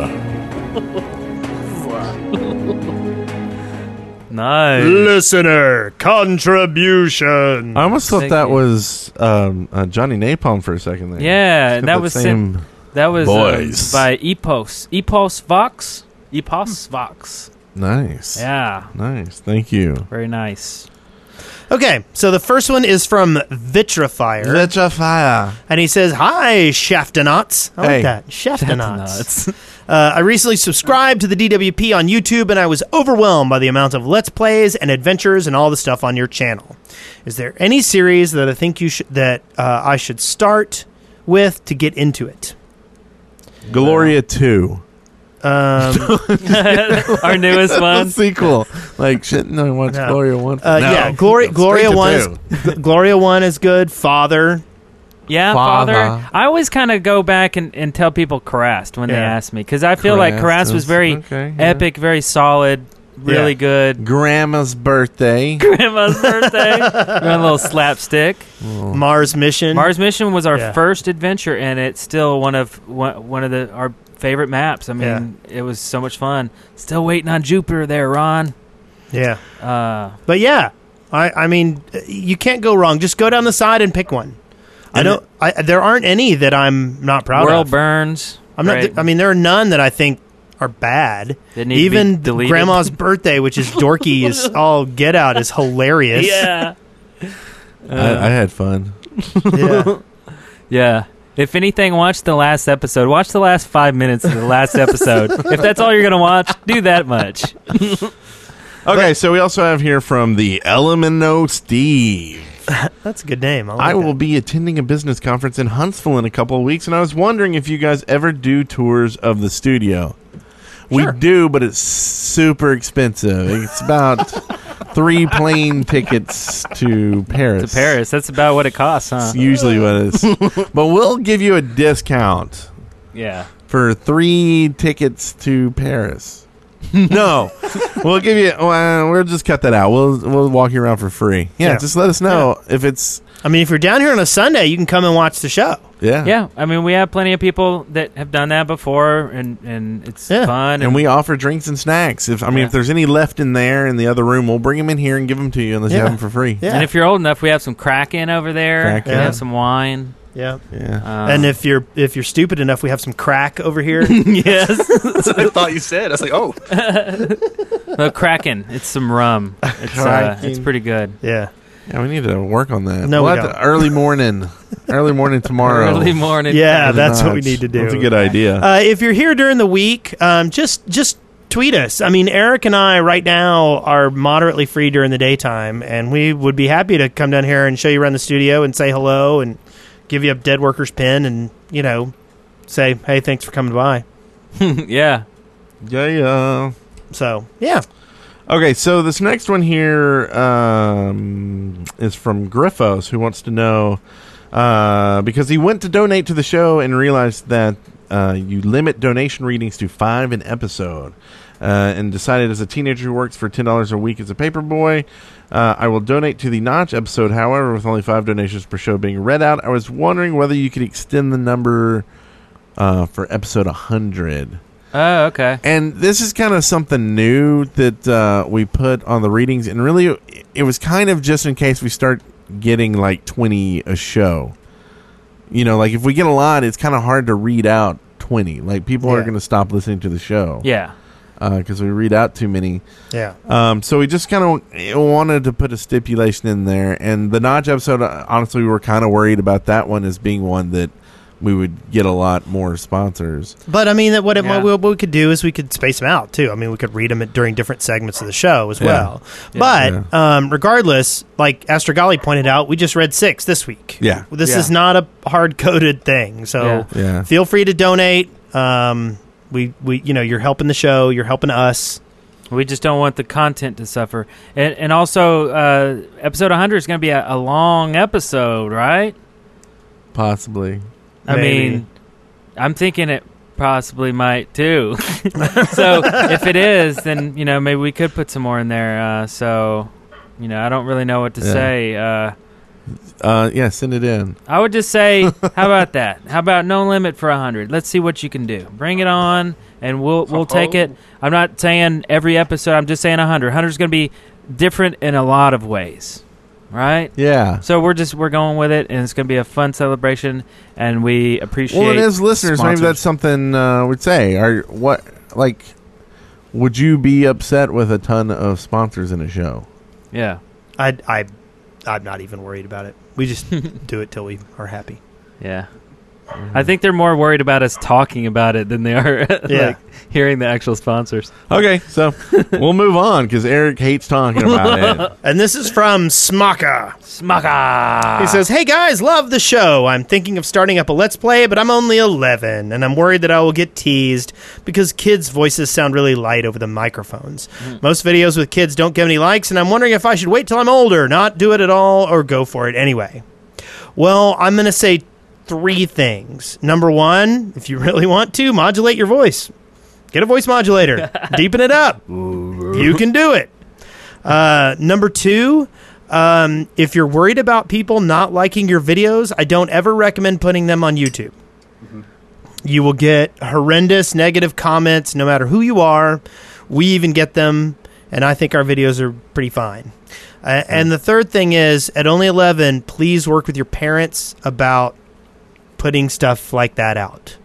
nice. listener contribution I almost thought Thank that you. was um, uh, Johnny Napalm for a second there. Yeah, It's got that was it. same. That was um, Boys. by Epos. Epos Vox. Epos Hmm. Vox. Nice. Yeah, Nice. Thank you. very nice. Okay, so the first one is from Vitrifier, fire. and he says, "Hi, Shaftonauts." I Hey. like that, Shaftonauts. Nuts. Uh, I recently subscribed to the DWP on YouTube, and I was overwhelmed by the amount of let's plays and adventures and all the stuff on your channel. Is there any series that I think you should that uh, I should start with to get into it? Gloria two. Um, Our newest The one. sequel. Like shouldn't I watch No. Gloria one? uh, No. Yeah, Gloria Straight Gloria to one is, G- Gloria one is good. Father, Yeah, father. I always kind of go back and, and tell people Carrast when they Yeah. ask me because I feel like Carrast Carrast was is- very okay, yeah. epic, very solid, really Yeah. good. Grandma's birthday. Grandma's birthday, Doing a little slapstick. Uh. Hmm. Mars Mission, Mars Mission was our Yeah. first adventure, and it's still one of one, one of the our favorite maps. I mean, it was so much fun. Still waiting on Jupiter there, Ron. Yeah, Uh, but yeah, I I mean you can't go wrong. Just go down the side and pick one. I don't. I, there aren't any that I'm not proud World of. Burns. I'm not. Great. I mean, there are none that I think are bad. That need to be Even deleted. Grandma's birthday, which is dorky, is all get out is hilarious. yeah, I, I had fun. Yeah. yeah. If anything, watch the last episode. Watch the last five minutes of the last episode. if that's all you're gonna watch, do that much. Okay, so we also have here from the LMNO Steve. that's a good name. I, like I will that. be attending a business conference in Huntsville in a couple of weeks, and I was wondering if you guys ever do tours of the studio. Sure. We do, but it's super expensive. It's about three plane tickets To to Paris. Paris. That's about what it costs, huh? It's usually what it is. but we'll give you a discount Yeah. for three tickets to Paris. no, we'll give you. Well, we'll just cut that out. We'll we'll walk you around for free. Yeah, Yeah. just let us know if it's I mean, if you're down here on a Sunday, you can come and watch the show. yeah Yeah. I mean, we have plenty of people that have done that before, and and it's Yeah. fun. And we offer drinks and snacks. If I mean, Yeah. if there's any left in there in the other room, we'll bring them in here and give them to you unless you Yeah. have them for free. Yeah. And if you're old enough, we have some Kraken over there. Kraken. We Yeah. have some wine. yeah. Yeah. Um, and if you're if you're stupid enough, we have some crack over here. yes, That's what I thought you said. I was like, oh, the Kraken. It's some rum. It's uh, Kraken. it's pretty good. yeah. Yeah, we need to work on that. No, We'll we have don't. to- early morning, early morning tomorrow. Early morning. Yeah, that's what we Nice. need to do. That's a good idea. Uh, if you're here during the week, um, just just tweet us. I mean, Eric and I right now are moderately free during the daytime, and we would be happy to come down here and show you around the studio and say hello and give you a dead worker's pin and you know say hey, thanks for coming by. yeah. yeah, yeah. So yeah, Okay, so this next one here um, is from Griffos, who wants to know uh, because he went to donate to the show and realized that uh, you limit donation readings to five an episode. Uh, and decided as a teenager who works for $10 a week as a paperboy, uh, I will donate to the Notch episode. However, with only five donations per show being read out, I was wondering whether you could extend the number uh, for episode 100. Oh, okay. And this is kind of something new that uh, we put on the readings, and really, it- it was kind of just in case we start getting like twenty a show. You know, like if we get a lot, it's kind of hard to read out twenty. Like people are Yeah. going to stop listening to the show, Yeah. because we read out too many. yeah, Um, so we just kind of wanted to put a stipulation in there, and the Notch episode. uh, Honestly, we were kind of worried about that one as being one that we would get a lot more sponsors. but I mean that what, it, Yeah. what we could do is we could space them out too. I mean we could read them at, during different segments of the show as Yeah. well. But Um, regardless, like Astrogali pointed out, we just read six this week. Yeah. This Yeah. is not a hard coded thing. So Yeah. Yeah. feel free to donate. Um, we, we, you know, you're helping the show, you're helping us. We just don't want the content to suffer. And and also, uh, episode 100 is going to be a, a long episode, right? Possibly. I Maybe. mean, I'm thinking it possibly might too. so if it is, then you know maybe we could put some more in there. Uh, so you know, I don't really know what to Yeah. say. Uh, Uh, yeah, send it in. I would just say, how about that? How about no limit for hundred? Let's see what you can do. Bring it on, and we'll we'll take it. I'm not saying every episode. I'm just saying hundred. Hundred's going to be different in a lot of ways, right? Yeah. So we're just we're going with it, and it's going to be a fun celebration, and we appreciate. Well, it is listeners. sponsors. Maybe that's something uh, we'd say. Are what like? Would you be upset with a ton of sponsors in a show? yeah. I, I, I'm not even worried about it. We just do it till we are happy. Yeah. I think they're more worried about us talking about it than they are Yeah. like hearing the actual sponsors. Okay, so we'll move on because Eric hates talking about it. And this is from Smaka. Smaka. He says, Hey guys, love the show. I'm thinking of starting up a Let's Play, but I'm only 11, and I'm worried that I will get teased because kids' voices sound really light over the microphones. Most videos with kids don't get any likes, and I'm wondering if I should wait till I'm older, not do it at all, or go for it anyway. Well, I'm going to say three things. Number one, if you really want to, modulate your voice, get a voice modulator, deepen it up. You can do it. Uh, number two, um, if you're worried about people not liking your videos, I don't ever recommend putting them on YouTube. You will get horrendous negative comments no matter who you are. We even get them, and I think our videos are pretty fine. Uh, and the third thing is at only 11, please work with your parents about putting stuff like that out.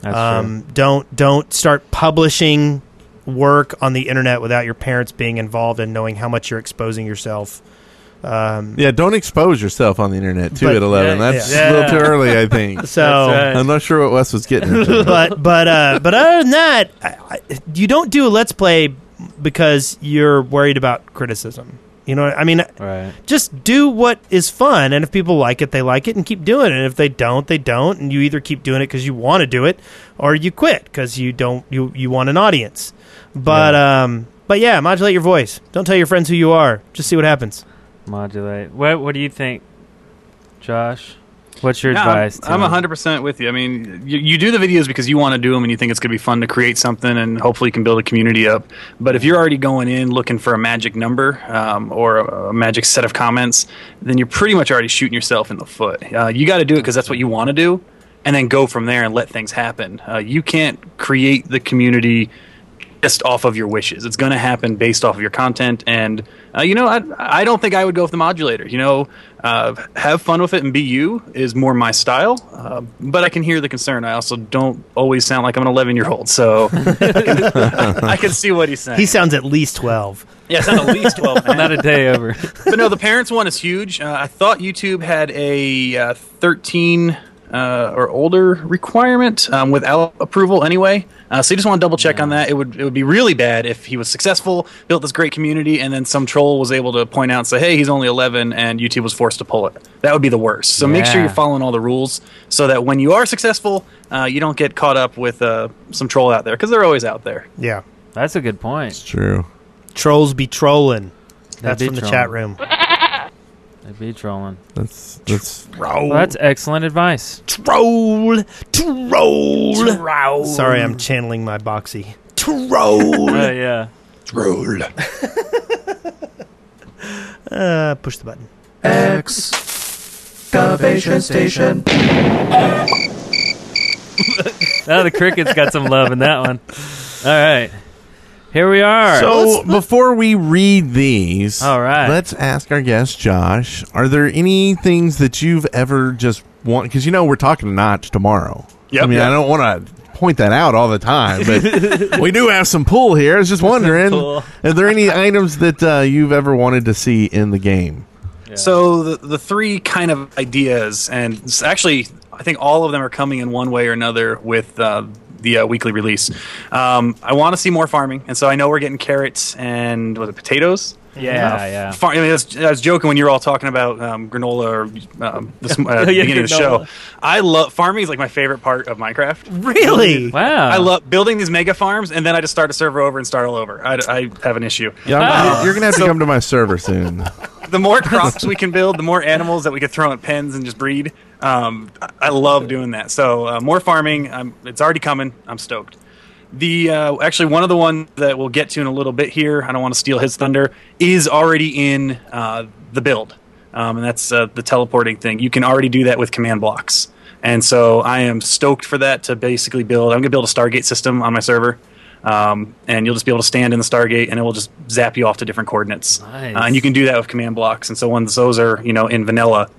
That's true. Um, don't don't start publishing work on the internet without your parents being involved and knowing how much you're exposing yourself. Um, Yeah, don't expose yourself on the internet too But- at eleven. yeah, That's yeah. a little too early, I think. so, That's I'm not sure what Wes was getting. Into. but but uh, but other than that, I, I, you don't do a let's play because you're worried about criticism. You know, what I mean, Right. just do what is fun and if people like it they like it and keep doing it and if they don't they don't and you either keep doing it because you want to do it or you quit because you don't you, you want an audience but um but yeah modulate your voice don't tell your friends who you are just see what happens Modulate. What What do you think, Josh? What's your No, I'm- advice? to I'm him? 100% with you. I mean, you, you do the videos because you want to do them and you think it's going to be fun to create something and hopefully you can build a community up. But if you're already going in looking for a magic number um, or a, a magic set of comments, then you're pretty much already shooting yourself in the foot. Uh, you got to do it because that's what you want to do and then go from there and let things happen. Uh, you can't create the community just off of your wishes. It's going to happen based off of your content. And, uh, you know, I, I don't think I would go with the modulator. You know, uh, have fun with it and be you is more my style. Uh, but I can hear the concern. I also don't always sound like I'm an 11 year old. So I, can, I can see what he's saying. he sounds at least 12 yeah, I sound at least 12. man. Not a day over. but no, the parents one is huge. Uh, I thought YouTube had a uh, 13 uh, or older requirement um, without approval anyway. Uh, so you just want to double check on that. It would it would be really bad if he was successful, built this great community, and then some troll was able to point out and say, "Hey, he's only 11," and YouTube was forced to pull it. That would be the worst. So make sure Yeah. you're following all the rules so that when you are successful, uh, you don't get caught up with uh, some troll out there because they're always out there. yeah That's a good point. True. trolls be trolling that's be from the trolling. chat room I'd be trolling. That's that's Well, that's excellent advice. troll troll troll sorry i'm channeling my boxy Uh, yeah. uh push the button Excavation station. Now the cricket's got some love in that one. All right. Here we are. So before we read these, All right. let's ask our guest Josh. Are there any things that you've ever just want? Because you know we're talking notch tomorrow. Yep, I mean, yep. I don't want to point that out all the time, but we do have some pull here. I was just wondering, pull. are there any items that uh, you've ever wanted to see in the game? So the, the three kind of ideas, and s- actually, I think all of them are coming in one way or another with uh, the uh, weekly release. Um, I want to see more farming, and so I know we're getting carrots and was it potatoes? yeah, yeah. Far- I, mean, I, was, I was joking when you were all talking about um, granola or um, this, uh, at the Yeah, beginning of the granola. show. I love farming is like my favorite part of Minecraft. really Wow. I love building these mega farms, and then I just start a server over and start all over. I, I have an issue. Yeah, Oh. I'm- you're gonna have to come to my server soon. the more crops we can build, the more animals that we could throw in pens and just breed. Um, I- I love doing that. So uh, more farming. i it's already coming. I'm stoked. The uh, actually one of the ones that we'll get to in a little bit here. I don't want to steal his thunder. Is already in uh, the build, um, and that's uh, the teleporting thing. You can already do that with command blocks, and so I am stoked for that to basically build. I'm gonna build a Stargate system on my server. Um, and you'll just be able to stand in the Stargate, and it will just zap you off to different coordinates. Nice. Uh, and you can do that with command blocks. And so once those are, you know, in vanilla,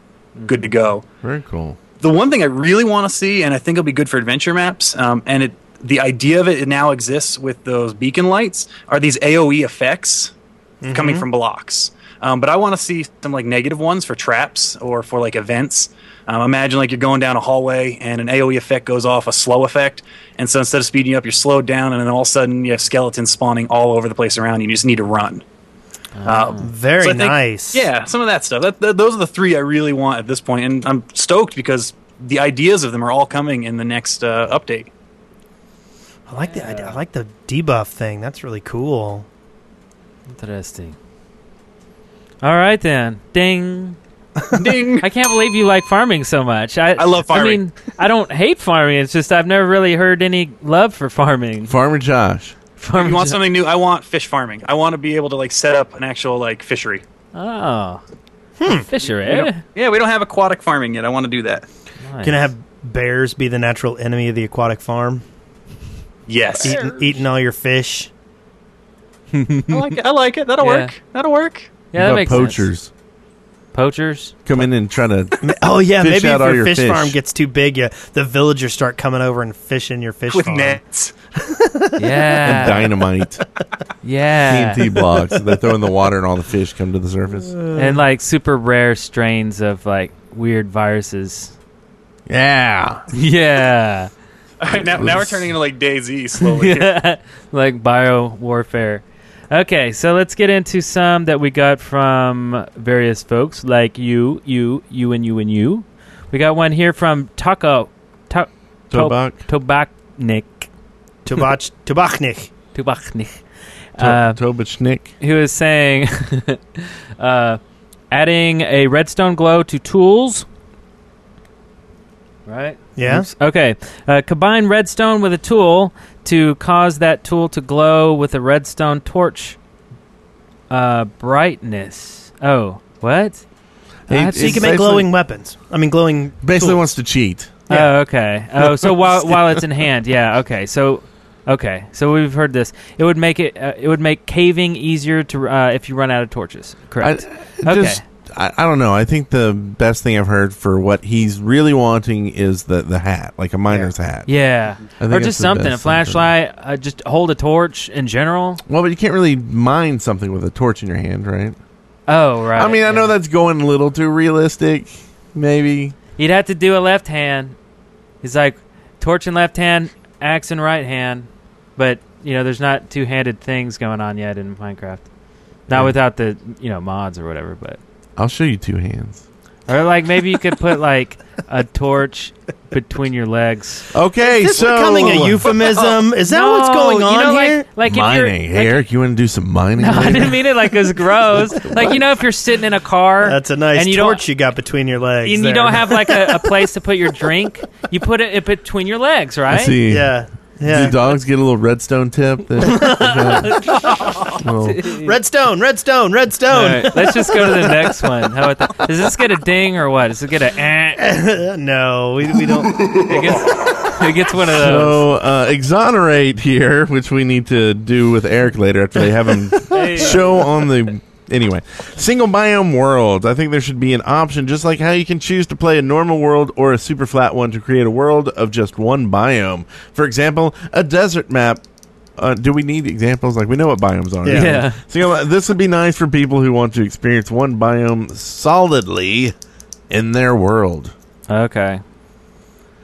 good to go. Very cool. The one thing I really want to see, and I think it'll be good for adventure maps, um, and it the idea of it, it now exists with those beacon lights, are these AoE E effects. coming from blocks. Um, but I want to see some like negative ones for traps or for like events. Um, imagine like you're going down a hallway and an AOE effect goes off, a slow effect, and so instead of speeding you up, you're slowed down, and then all of a sudden you have skeletons spawning all over the place around you. and You just need to run. Uh, Very So I think- nice. Yeah, some of that stuff. That, that, those are the three I really want at this point, and I'm stoked because the ideas of them are all coming in the next uh, update. I like the I, I like the debuff thing. That's really cool. Interesting. All right then. Ding. Ding. I can't believe you like farming so much. I, I love farming. I mean, I don't hate farming. It's just I've never really heard any love for farming. Farmer Josh. Farming. you want something new? I want fish farming. I want to be able to like set up an actual like fishery. Oh. Hmm. Fisher, eh? We don't- yeah, we don't have aquatic farming yet. I want to do that. Nice. Can I have bears be the natural enemy of the aquatic farm? Yes, Eating, eating all your fish. I like it. I like it. That'll Yeah. work. That'll work. Yeah, that About makes poachers sense. Poachers. come in and try to. Oh yeah, Fish maybe if out all your, your fish, fish. farm gets too big, you, the villagers start coming over and fishing your fish With farm. nets. Yeah. dynamite Yeah. TNT blocks. They throw in the water and all the fish come to the surface. And like super rare strains of like weird viruses. Yeah. Yeah. All right, now, now we're turning into like Daisy slowly. here. like bio warfare. Okay, so let's get into some that we got from various folks, like you, you, you, and you, and you. We got one here from Taco Ta- Tobak. To- Tobacnik. Tobach, Tobachnik. Tobacnik. To- Uh, Tobachnik. who is saying uh, adding a redstone glow to tools. Right? Yeah. Oops. Okay. Uh, combine redstone with a tool to cause that tool to glow with a redstone torch uh, brightness. Oh, what? He- So you it's can make basically- glowing weapons. I mean, glowing. Basically tools. wants to cheat. Oh, okay. Oh, so while while it's in hand, yeah. Okay, so okay, so we've heard this. It would make it uh, it would make caving easier to uh, if you run out of torches. I, Correct. Okay. just, I, I don't know. I think the best thing I've heard for what he's really wanting is the, the hat, like a miner's hat. yeah, I think or it's just the something, best a thing for flashlight. Uh, just hold a torch in general. Well, but you can't really mine something with a torch in your hand, right? Oh, right. I mean, I know yeah. that's going a little too realistic, maybe. He'd have to do a left hand. He's like torch in left hand, axe in right hand. But you know, there's not two handed things going on yet in Minecraft. Not Yeah. without the you know mods or whatever. But I'll show you two hands. or like maybe you could put like a torch between your legs. Okay, Is this so becoming a euphemism? Is that what's No, going on Oh, you know, here? Like, like if you're- mining. Hey, like- Eric, you want to do some mining? no, I later? didn't mean it like it was gross. like you know, if you're sitting in a car That's a nice and you torch don't, you got between your legs. and there. you don't have like a, a place to put your drink, you put it, it between your legs, right? I see. Yeah. Do Yeah. dogs get a little redstone tip? Well, Redstone, redstone, All redstone. right, let's just go to the next one. How about that? Does this get a ding or what? Does it get a? Eh? no, we, we don't. It gets, it gets one of those. so uh, exonerate here, which we need to do with Eric later after they have him Hey. show on the. Anyway, single biome worlds. I think there should be an option, just like how you can choose to play a normal world or a super flat one to create a world of just one biome. For example, a desert map. Uh, do we need examples? Like we know what biomes are. Yeah. Yeah. Single, this would be nice for people who want to experience one biome solidly in their world. Okay.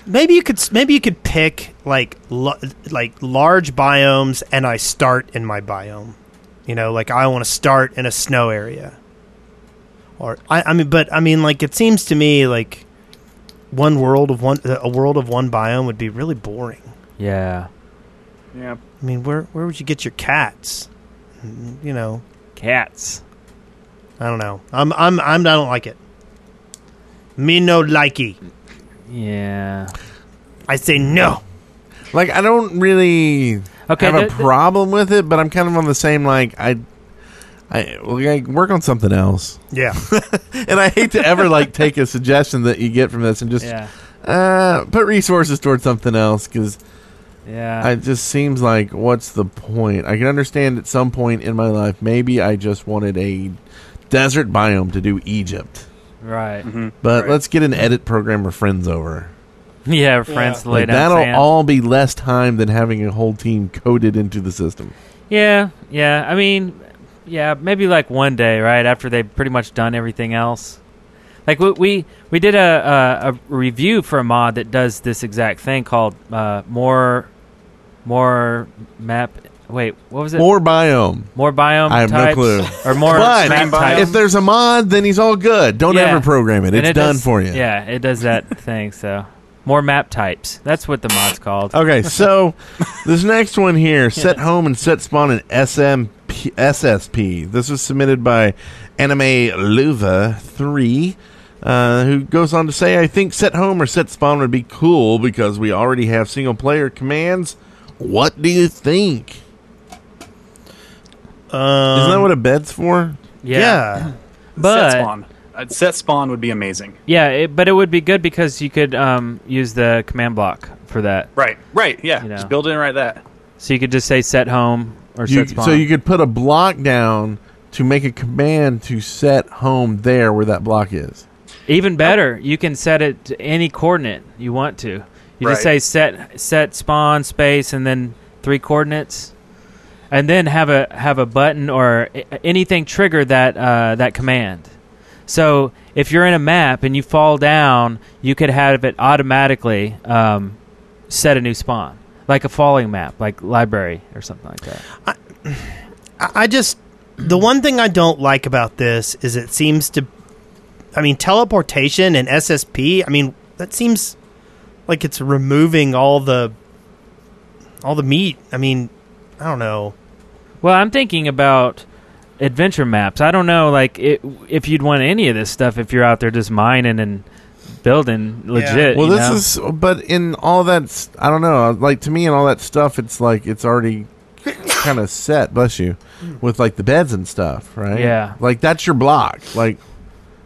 Maybe you could. s- Maybe you could pick like lo- like large biomes, and I start in my biome. You know, like I want to start in a snow area. Or I, I mean, but I mean, like it seems to me like one world of one a world of one biome would be really boring. Yeah. yeah. I mean, where where would you get your cats? Mm, You know, Cats. I don't know. I'm I'm I'm I don't like it. Me no likey. Yeah. I say no. Like I don't really Okay. have a the- the- problem with it, but I'm kind of on the same like I, I like work on something else. Yeah. And I hate to ever like take a suggestion that you get from this and just yeah. uh, put resources towards something else because Yeah. it just seems like what's the point? I can understand at some point in my life maybe I just wanted a desert biome to do Egypt, right. Mm-hmm. but Right. let's get an edit program or friends over. Yeah. Friends to lay Like, down. that'll sand. all be less time than having a whole team coded into the system. Yeah. Yeah. I mean, yeah, maybe like one day, right after they've pretty much done everything else. Like we we, we did a, a a review for a mod that does this exact thing called uh, more more map. Wait, what was it? More biome. More biome. I have no types, clue. Or more But map types. if there's a mod, then he's all good. Don't Yeah. ever program it. And It's it done does- for you. Yeah, it does that thing. So more map types. That's what the mod's called. Okay, so this next one here, set home and set spawn and SMP, SSP. This was submitted by Anime Luva three, uh, who goes on to say, "I think set home or set spawn would be cool because we already have single player commands. What do you think? Um, Isn't that what a bed's for? Yeah, yeah. but set spawn. Uh, set spawn would be amazing. yeah, it, but it would be good because you could um, use the command block for that. Right, right, yeah. You know. Just build in right that. So you could just say set home or You- set spawn. so you could put a block down to make a command to set home there where that block is. Even better, you can set it to any coordinate you want to. You just say Right. set set spawn space and then three coordinates, and then have a have a button or a- anything trigger that uh, that command. So if you're in a map and you fall down, you could have it automatically um, set a new spawn, like a falling map, like library or something like that. I I just the one thing I don't like about this is it seems to I mean teleportation and SSP, I mean that seems like it's removing all the all the meat. I mean, I don't know. Well, I'm thinking about adventure maps. I don't know, like it, if you'd want any of this stuff if you're out there just mining and building legit. Well, Uh, you this know? is, but in all that, s- I don't know. uh, Like to me, in all that stuff, it's like it's already kind of set. Bless you, with like the beds and stuff, right? Yeah. like that's your block. Like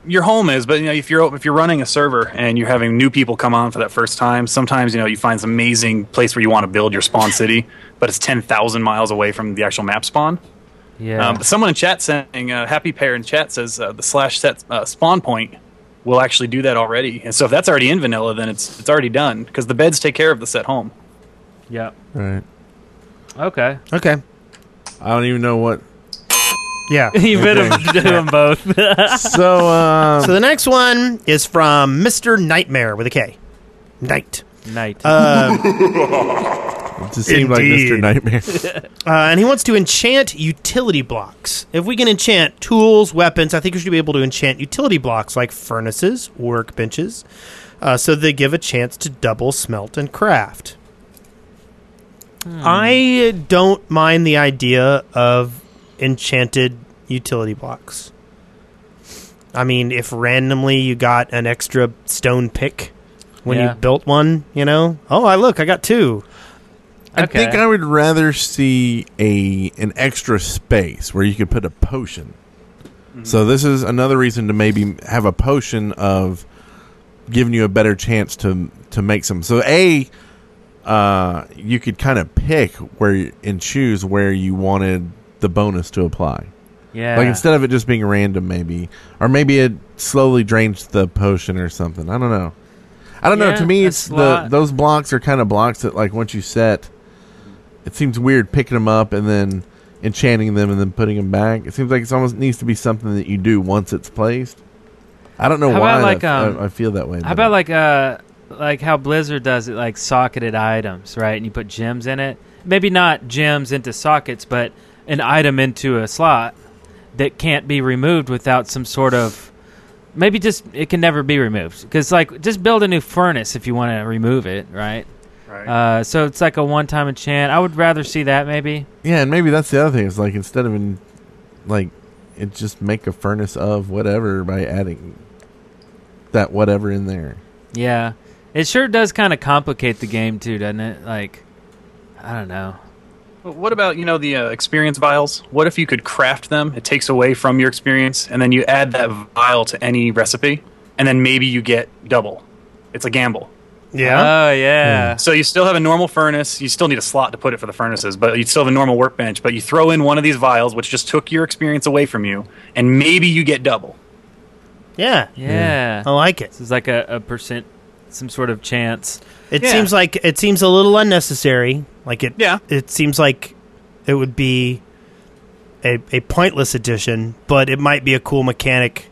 your home is, but you know, if you're if you're running a server and you're having new people come on for that first time, sometimes you know you find this amazing place where you want to build your spawn city, but it's ten thousand miles away from the actual map spawn. yeah. Um, but someone in chat saying uh, happy pair in chat says uh, the slash set uh, spawn point will actually do that already, and so if that's already in vanilla, then it's it's already done because the beds take care of the set home. yeah. right. Okay. Okay. I don't even know what. Yeah. you better do them both. So, um, so the next one is from Mr. Nightmare with a K. Night. Night. Uh, it just seemed like Mr. Indeed. Nightmare. Uh, and he wants to enchant utility blocks. If we can enchant tools, weapons, I think we should be able to enchant utility blocks like furnaces, workbenches, uh, so they give a chance to double smelt and craft. I don't mind the idea of enchanted utility blocks. I mean, if randomly you got an extra stone pick when Yeah. you built one, you know, oh, I look, I got two. I Okay. think I would rather see a an extra space where you could put a potion. So this is another reason to maybe have a potion of giving you a better chance to to make some. So a uh, you could kind of pick where you- and choose where you wanted the bonus to apply. yeah. Like instead of it just being random, maybe or maybe it slowly drains the potion or something. I don't know. I don't know. Yeah, To me, that's it's a the lot. those blocks are kind of blocks that like once you set, it seems weird picking them up and then enchanting them and then putting them back. It seems like it's almost needs to be something that you do once it's placed. I don't know How why about, like, that- um, I, I feel that way. but- How about like uh like how Blizzard does it, like socketed items, right? And you put gems in it. Maybe not gems into sockets, but an item into a slot that can't be removed without some sort of maybe just it can never be removed because like just build a new furnace if you want to remove it, right? Right. Uh, so it's like a one-time enchant. I would rather see that maybe. yeah, and maybe that's the other thing. It's like instead of in, like it just make a furnace of whatever by adding that whatever in there. Yeah, it sure does kind of complicate the game too, doesn't it? Like, I don't know. But What about you know the uh, experience vials? What if you could craft them? It takes away from your experience, and then you add that vial to any recipe, and then maybe you get double. It's a gamble. Hmm. Oh yeah. So you still have a normal furnace. You still need a slot to put it for the furnaces, but you still have a normal workbench. But you throw in one of these vials, which just took your experience away from you, and maybe you get double. Yeah. yeah. I like it. This is like a, a percent, some sort of chance. It Yeah. seems like it seems a little unnecessary. Like it. Yeah. It seems like it would be a, a pointless addition, but it might be a cool mechanic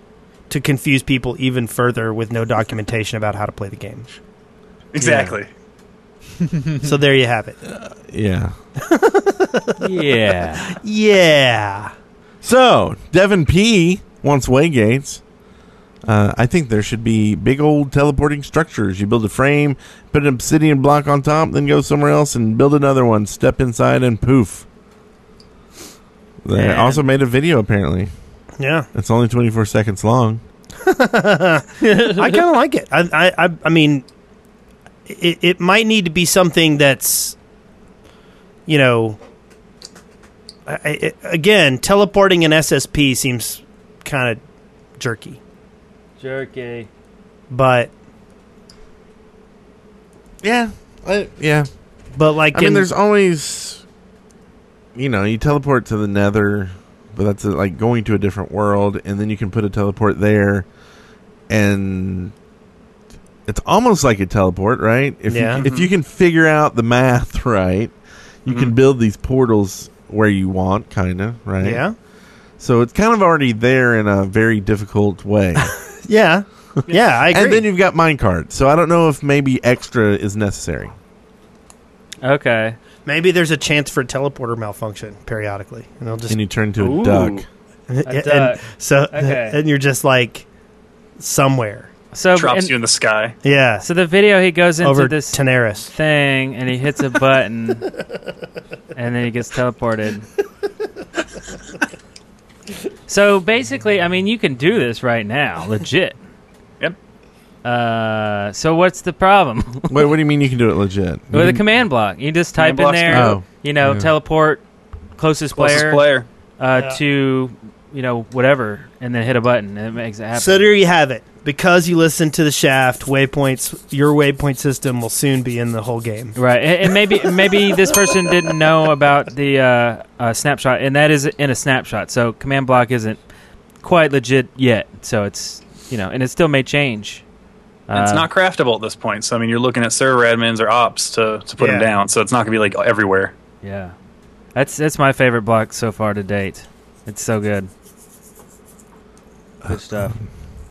to confuse people even further with no documentation about how to play the game. Exactly. so there you have it. Yeah. yeah. Yeah. So Devin P wants waygates. Uh, I think there should be big old teleporting structures. You build a frame, put an obsidian block on top, then go somewhere else and build another one. Step inside and poof. They Man. also made a video. Apparently, Yeah. it's only twenty four seconds long. I kind of like it. I, I, I, I mean, it, it might need to be something that's, you know, I, I, again, teleporting an SSP seems kind of jerky, Jerky. but Yeah, I, yeah. but like, I in- mean, there's always, you know, you teleport to the Nether, but that's uh, like going to a different world, and then you can put a teleport there, and it's almost like a teleport, right? If Yeah. you, if you can figure out the math right, you Mm-hmm. can build these portals where you want, kind of, right? yeah, So it's kind of already there in a very difficult way, yeah, yeah. I agree. and then you've got minecart. So I don't know if maybe extra is necessary. Okay. Maybe there's a chance for a teleporter malfunction periodically, and they'll just And you turn to a Ooh. duck. and, duck. so Okay. and you're just like somewhere. So Drops and- you in the sky. Yeah, so the video he goes into over this Tenaris. thing and he hits a button and then he gets teleported. so basically, I mean, you can do this right now, legit. Yep. Uh, so what's the problem? Wait, what do you mean you can do it legit? You With a can- command block, you just type in Command block's there, good. Oh, you know, Mm-hmm. yeah. teleport closest, Closest player, player. Uh, Yeah. to you know whatever, and then hit a button and it makes it happen. So there you have it. Because you listened to the shaft, waypoints, your waypoint system will soon be in the whole game. Right, and and maybe maybe this person didn't know about the uh, uh, snapshot, and that is in a snapshot. So command block isn't quite legit yet. So it's you know, and it still may change. And it's Uh, not craftable at this point. So I mean, you're looking at server admins or ops to, to put Yeah. them down. So it's not going to be like everywhere. Yeah, that's that's my favorite block so far to date. It's so good. Good stuff.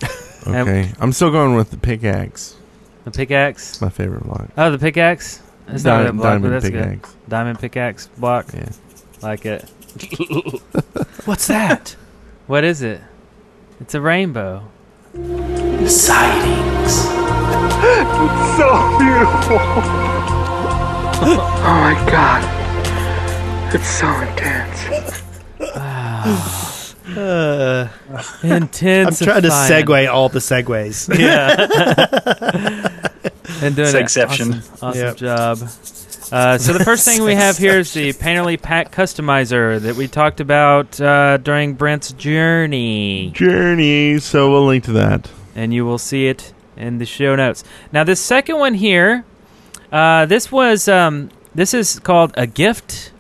Okay, I'm still going with the pickaxe. The pickaxe. It's my favorite block. Oh, the pickaxe. It's not a Di- block, but diamond that's good. pickaxe. Diamond pickaxe block. Yeah. Like it. What's that? What is it? It's a rainbow. Uh, I'm Intense. trying to segue all the segues. Yeah. and doing an Segception. Awesome, awesome Yep. job. Uh, so the first thing we have here is the Painterly Pack Customizer that we talked about uh, during Brent's journey, Journey. So we'll link to that. and you will see it in the show notes. Now this second one here, uh, this was um, this is called a gift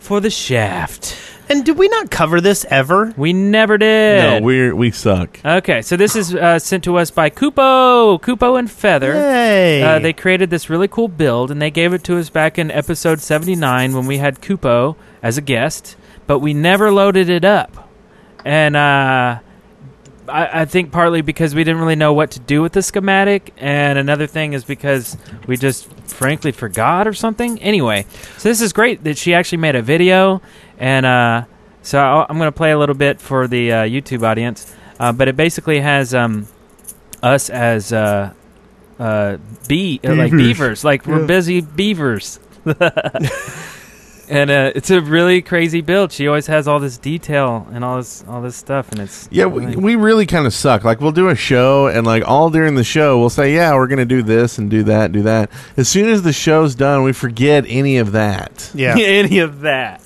for the shaft. and did we not cover this ever? We never did. No, we we suck. okay, so this is uh, sent to us by Kupo, Kupo and Feather. Hey. Uh, they created this really cool build, and they gave it to us back in episode 79 when we had Kupo as a guest, but we never loaded it up. And uh, I, I think partly because we didn't really know what to do with the schematic, and another thing is because we just frankly forgot or something. Anyway, so this is great that she actually made a video, and uh, so i I'm going to play a little bit for the uh, YouTube audience, uh, but it basically has um, us as. Uh, uh, bee uh, like Beavers. beavers, like we're Yeah. busy beavers. and uh, it's a really crazy build. She always has all this detail and all this all this stuff, and it's Yeah, we, we really kind of suck. Like we'll do a show, and like all during the show, we'll say, "Yeah, we're gonna do this and do that, do that." As soon as the show's done, we forget any of that. yeah. any of that.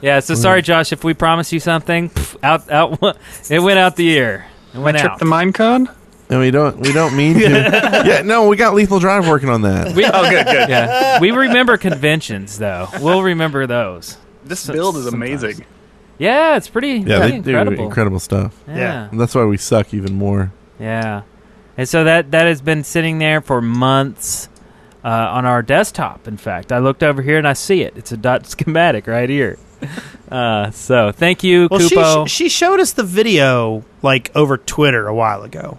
Yeah, so sorry, Josh, if we promised you something, pff, out out it went out the ear. It went Trip out. the Minecon? And we don't we don't mean to. yeah, no, we got Lethal Drive working on that. we, oh, good, good. Yeah, we remember conventions though. We'll remember those. This So- build is sometimes. amazing. Yeah, it's pretty, Yeah, pretty they do incredible. incredible stuff. yeah. And that's why we suck even more. Yeah, and so that that has been sitting there for months uh, on our desktop. In fact, I looked over here and I see it. It's a dot schematic right here. Uh, so thank you, Well, Kupo. she, she showed us the video like over Twitter a while ago,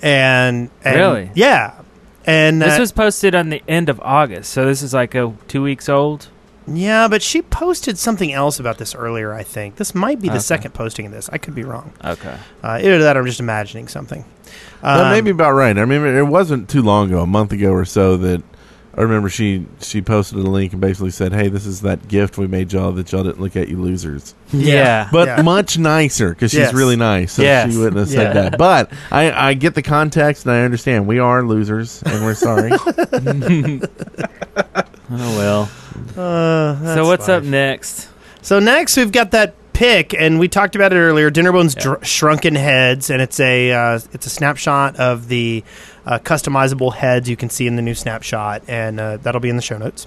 and, and Really? yeah, and this uh, was posted on the end of August, so this is like a two weeks old. yeah, but she posted something else about this earlier. I think this might be the Okay. second posting of this. I could be wrong. Okay. Uh, either that, or I'm just imagining something. that may Um, be about right. I mean, it wasn't too long ago, a month ago or so, that I remember she she posted a link and basically said, "Hey, this is that gift we made y'all that y'all didn't look at, you losers." Yeah. But Yeah. much nicer because she's Yes. really nice, so Yes. she wouldn't have said Yeah. that. But I, I get the context and I understand. We are losers and we're sorry. Oh well. Uh, so that's what's fine. up next? So next we've got that pick, and we talked about it earlier. Dinnerbone's dr- shrunken heads, and it's a uh, it's a snapshot of the uh, customizable heads you can see in the new snapshot, and uh, that'll be in the show notes.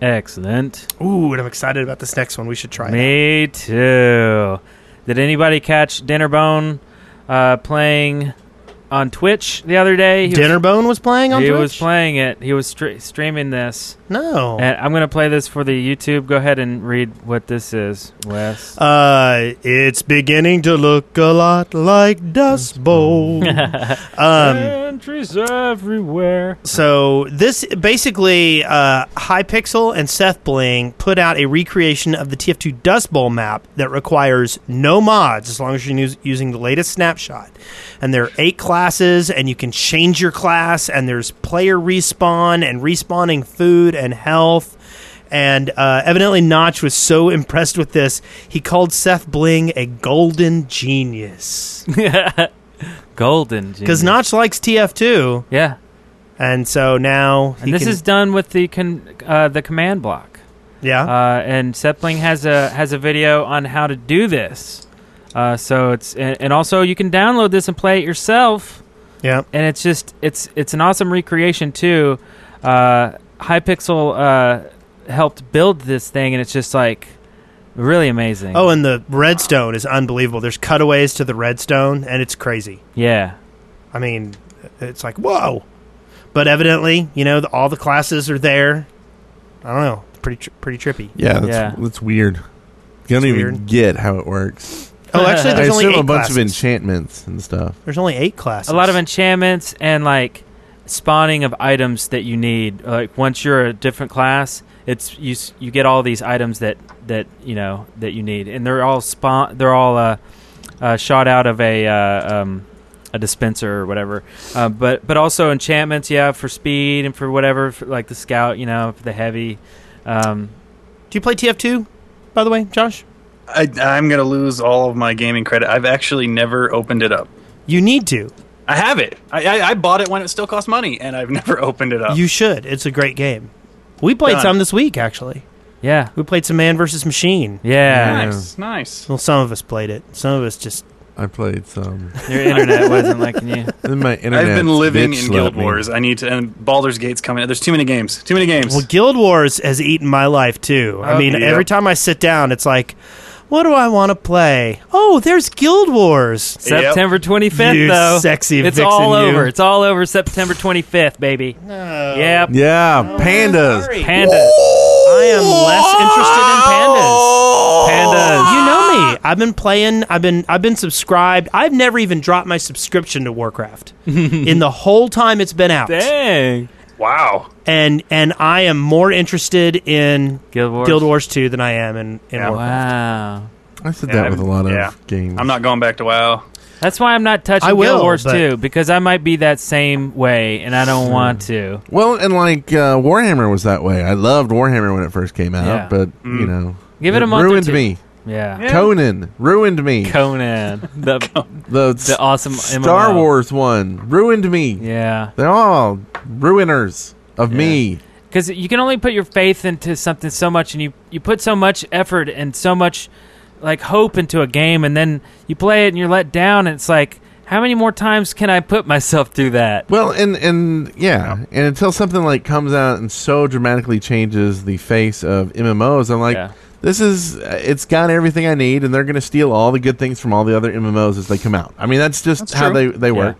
Excellent. Ooh, and I'm excited about this next one. We should try. it. Me too. Did anybody catch Dinnerbone uh, playing on Twitch the other day? He was- Dinnerbone was playing on he Twitch. was playing it. He was stre- streaming this. no. And I'm going to play this for the YouTube. Go ahead and read what this is, Wes. uh, it's beginning to look a lot like Dust Bowl. um, Countries everywhere. So this basically, uh, Hypixel and Seth Bling put out a recreation of the TF2 Dust Bowl map that requires no mods as long as you're us- using the latest snapshot. And there are eight classes, and you can change your class. And there's player respawn and respawning food and health. And uh, evidently, Notch was so impressed with this, he called Seth Bling a golden genius Golden. because genius. Notch likes TF2, Yeah. and so now he And this can- is done with the con- uh, the command block. yeah. Uh, and Sepling has a has a video on how to do this. Uh, so it's and, and also you can download this and play it yourself. Yeah. and it's just it's it's an awesome recreation too. Uh, Hypixel uh, helped build this thing, and it's just like really amazing. Oh, and the redstone is unbelievable. There's cutaways to the redstone, and it's crazy. yeah, I mean, it's like whoa. But evidently, you know, the, all the classes are there. I don't know. Pretty tr- pretty trippy. yeah, that's, Yeah. that's weird. You don't It's even weird. get how it works. Oh, actually, I there's only assume eight a bunch classes. of enchantments and stuff. there's only eight classes. a lot of enchantments and like spawning of items that you need. Like once you're a different class, it's you s- you get all these items that that you know that you need, and they're all spawn. They're all uh, uh, shot out of a uh, um, a dispenser or whatever. Uh, but but also enchantments, yeah, for speed and for whatever, for, like the scout, you know, for the heavy. Um, Do you play TF2? By the way, Josh, I, I'm gonna lose all of my gaming credit. I've actually never opened it up. you need to. I have it. I, I, I bought it when it still cost money, and I've never opened it up. You should. It's a great game. We played Done. some this week. Actually, yeah, we played some Man versus Machine. yeah. nice, nice. Well, some of us played it. Some of us just I played some. Your internet wasn't liking you. Then my I've internet's been living bitch in slapped Guild me. Wars. I need to. And Baldur's Gate's coming. out. There's too many games. Too many games. Well, Guild Wars has eaten my life too. I Oh, mean, yeah. every time I sit down, it's like, what do I want to play? Oh, there's Guild Wars. Yep. September 25th, You though. sexy It's vixen, all you. over. It's all over September 25th, baby. Yep. Yeah, Oh, pandas. Pandas. I am less interested in pandas. Pandas. You know me. I've been playing. I've been. I've been subscribed. I've never even dropped my subscription to Warcraft in the whole time it's been out. Dang. wow. And and I am more interested in Guild Wars. Guild Wars Two than I am in in Yeah, Warcraft. Wow. I said Yeah, that with a lot of yeah. games. I'm not going back to WoW. That's why I'm not touching I will, Guild Wars but- 2 because I might be that same way and I don't want to. Well, and like uh, Warhammer was that way. I loved Warhammer when it first came out, Yeah. but Mm. you know, Give it a month or Ruined two. me. Yeah. Conan ruined me. Conan. The, the, the awesome Star MMO. Wars one ruined me. Yeah. They're all ruiners of me. because you can only put your faith into something so much, and you you put so much effort and so much like hope into a game, and then you play it and you're let down, and it's like, how many more times can I put myself through that? Well, and and yeah, and until something like comes out and so dramatically changes the face of MMOs, I'm like. Yeah. This is, uh, it's got everything I need, and they're going to steal all the good things from all the other MMOs as they come out. I mean, that's just how they, they Yeah. work.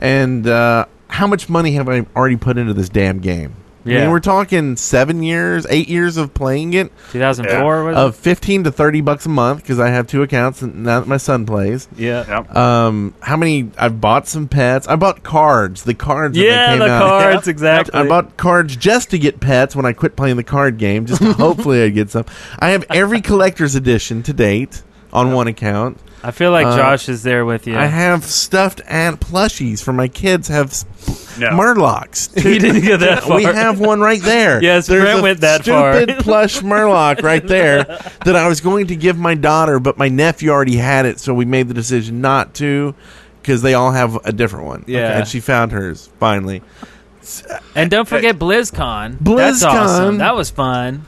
And uh, how much money have I already put into this damn game? I Yeah. mean, we're talking seven years, eight years of playing it 2004 was of fifteen to thirty bucks a month because I have two accounts and now that my son plays. it? Yeah. Yep. Um, how many? I've bought some pets. I bought cards. The cards. when they Yeah, came the out. cards, exactly. I bought cards just to get pets when I quit playing the card game, just to hopefully I'd get some. I have every collector's edition to date on one account. I feel like Uh, Josh is there with you. I have stuffed ant plushies for my kids. Have s- No. Murlocs. he didn't get that far. We have one right there. Yes, Brent went that far. stupid plush Murloc right there that I was going to give my daughter, but my nephew already had it, so we made the decision not to because they all have a different one. Yeah. and she found hers finally. and don't forget BlizzCon. That's BlizzCon. awesome. That was fun.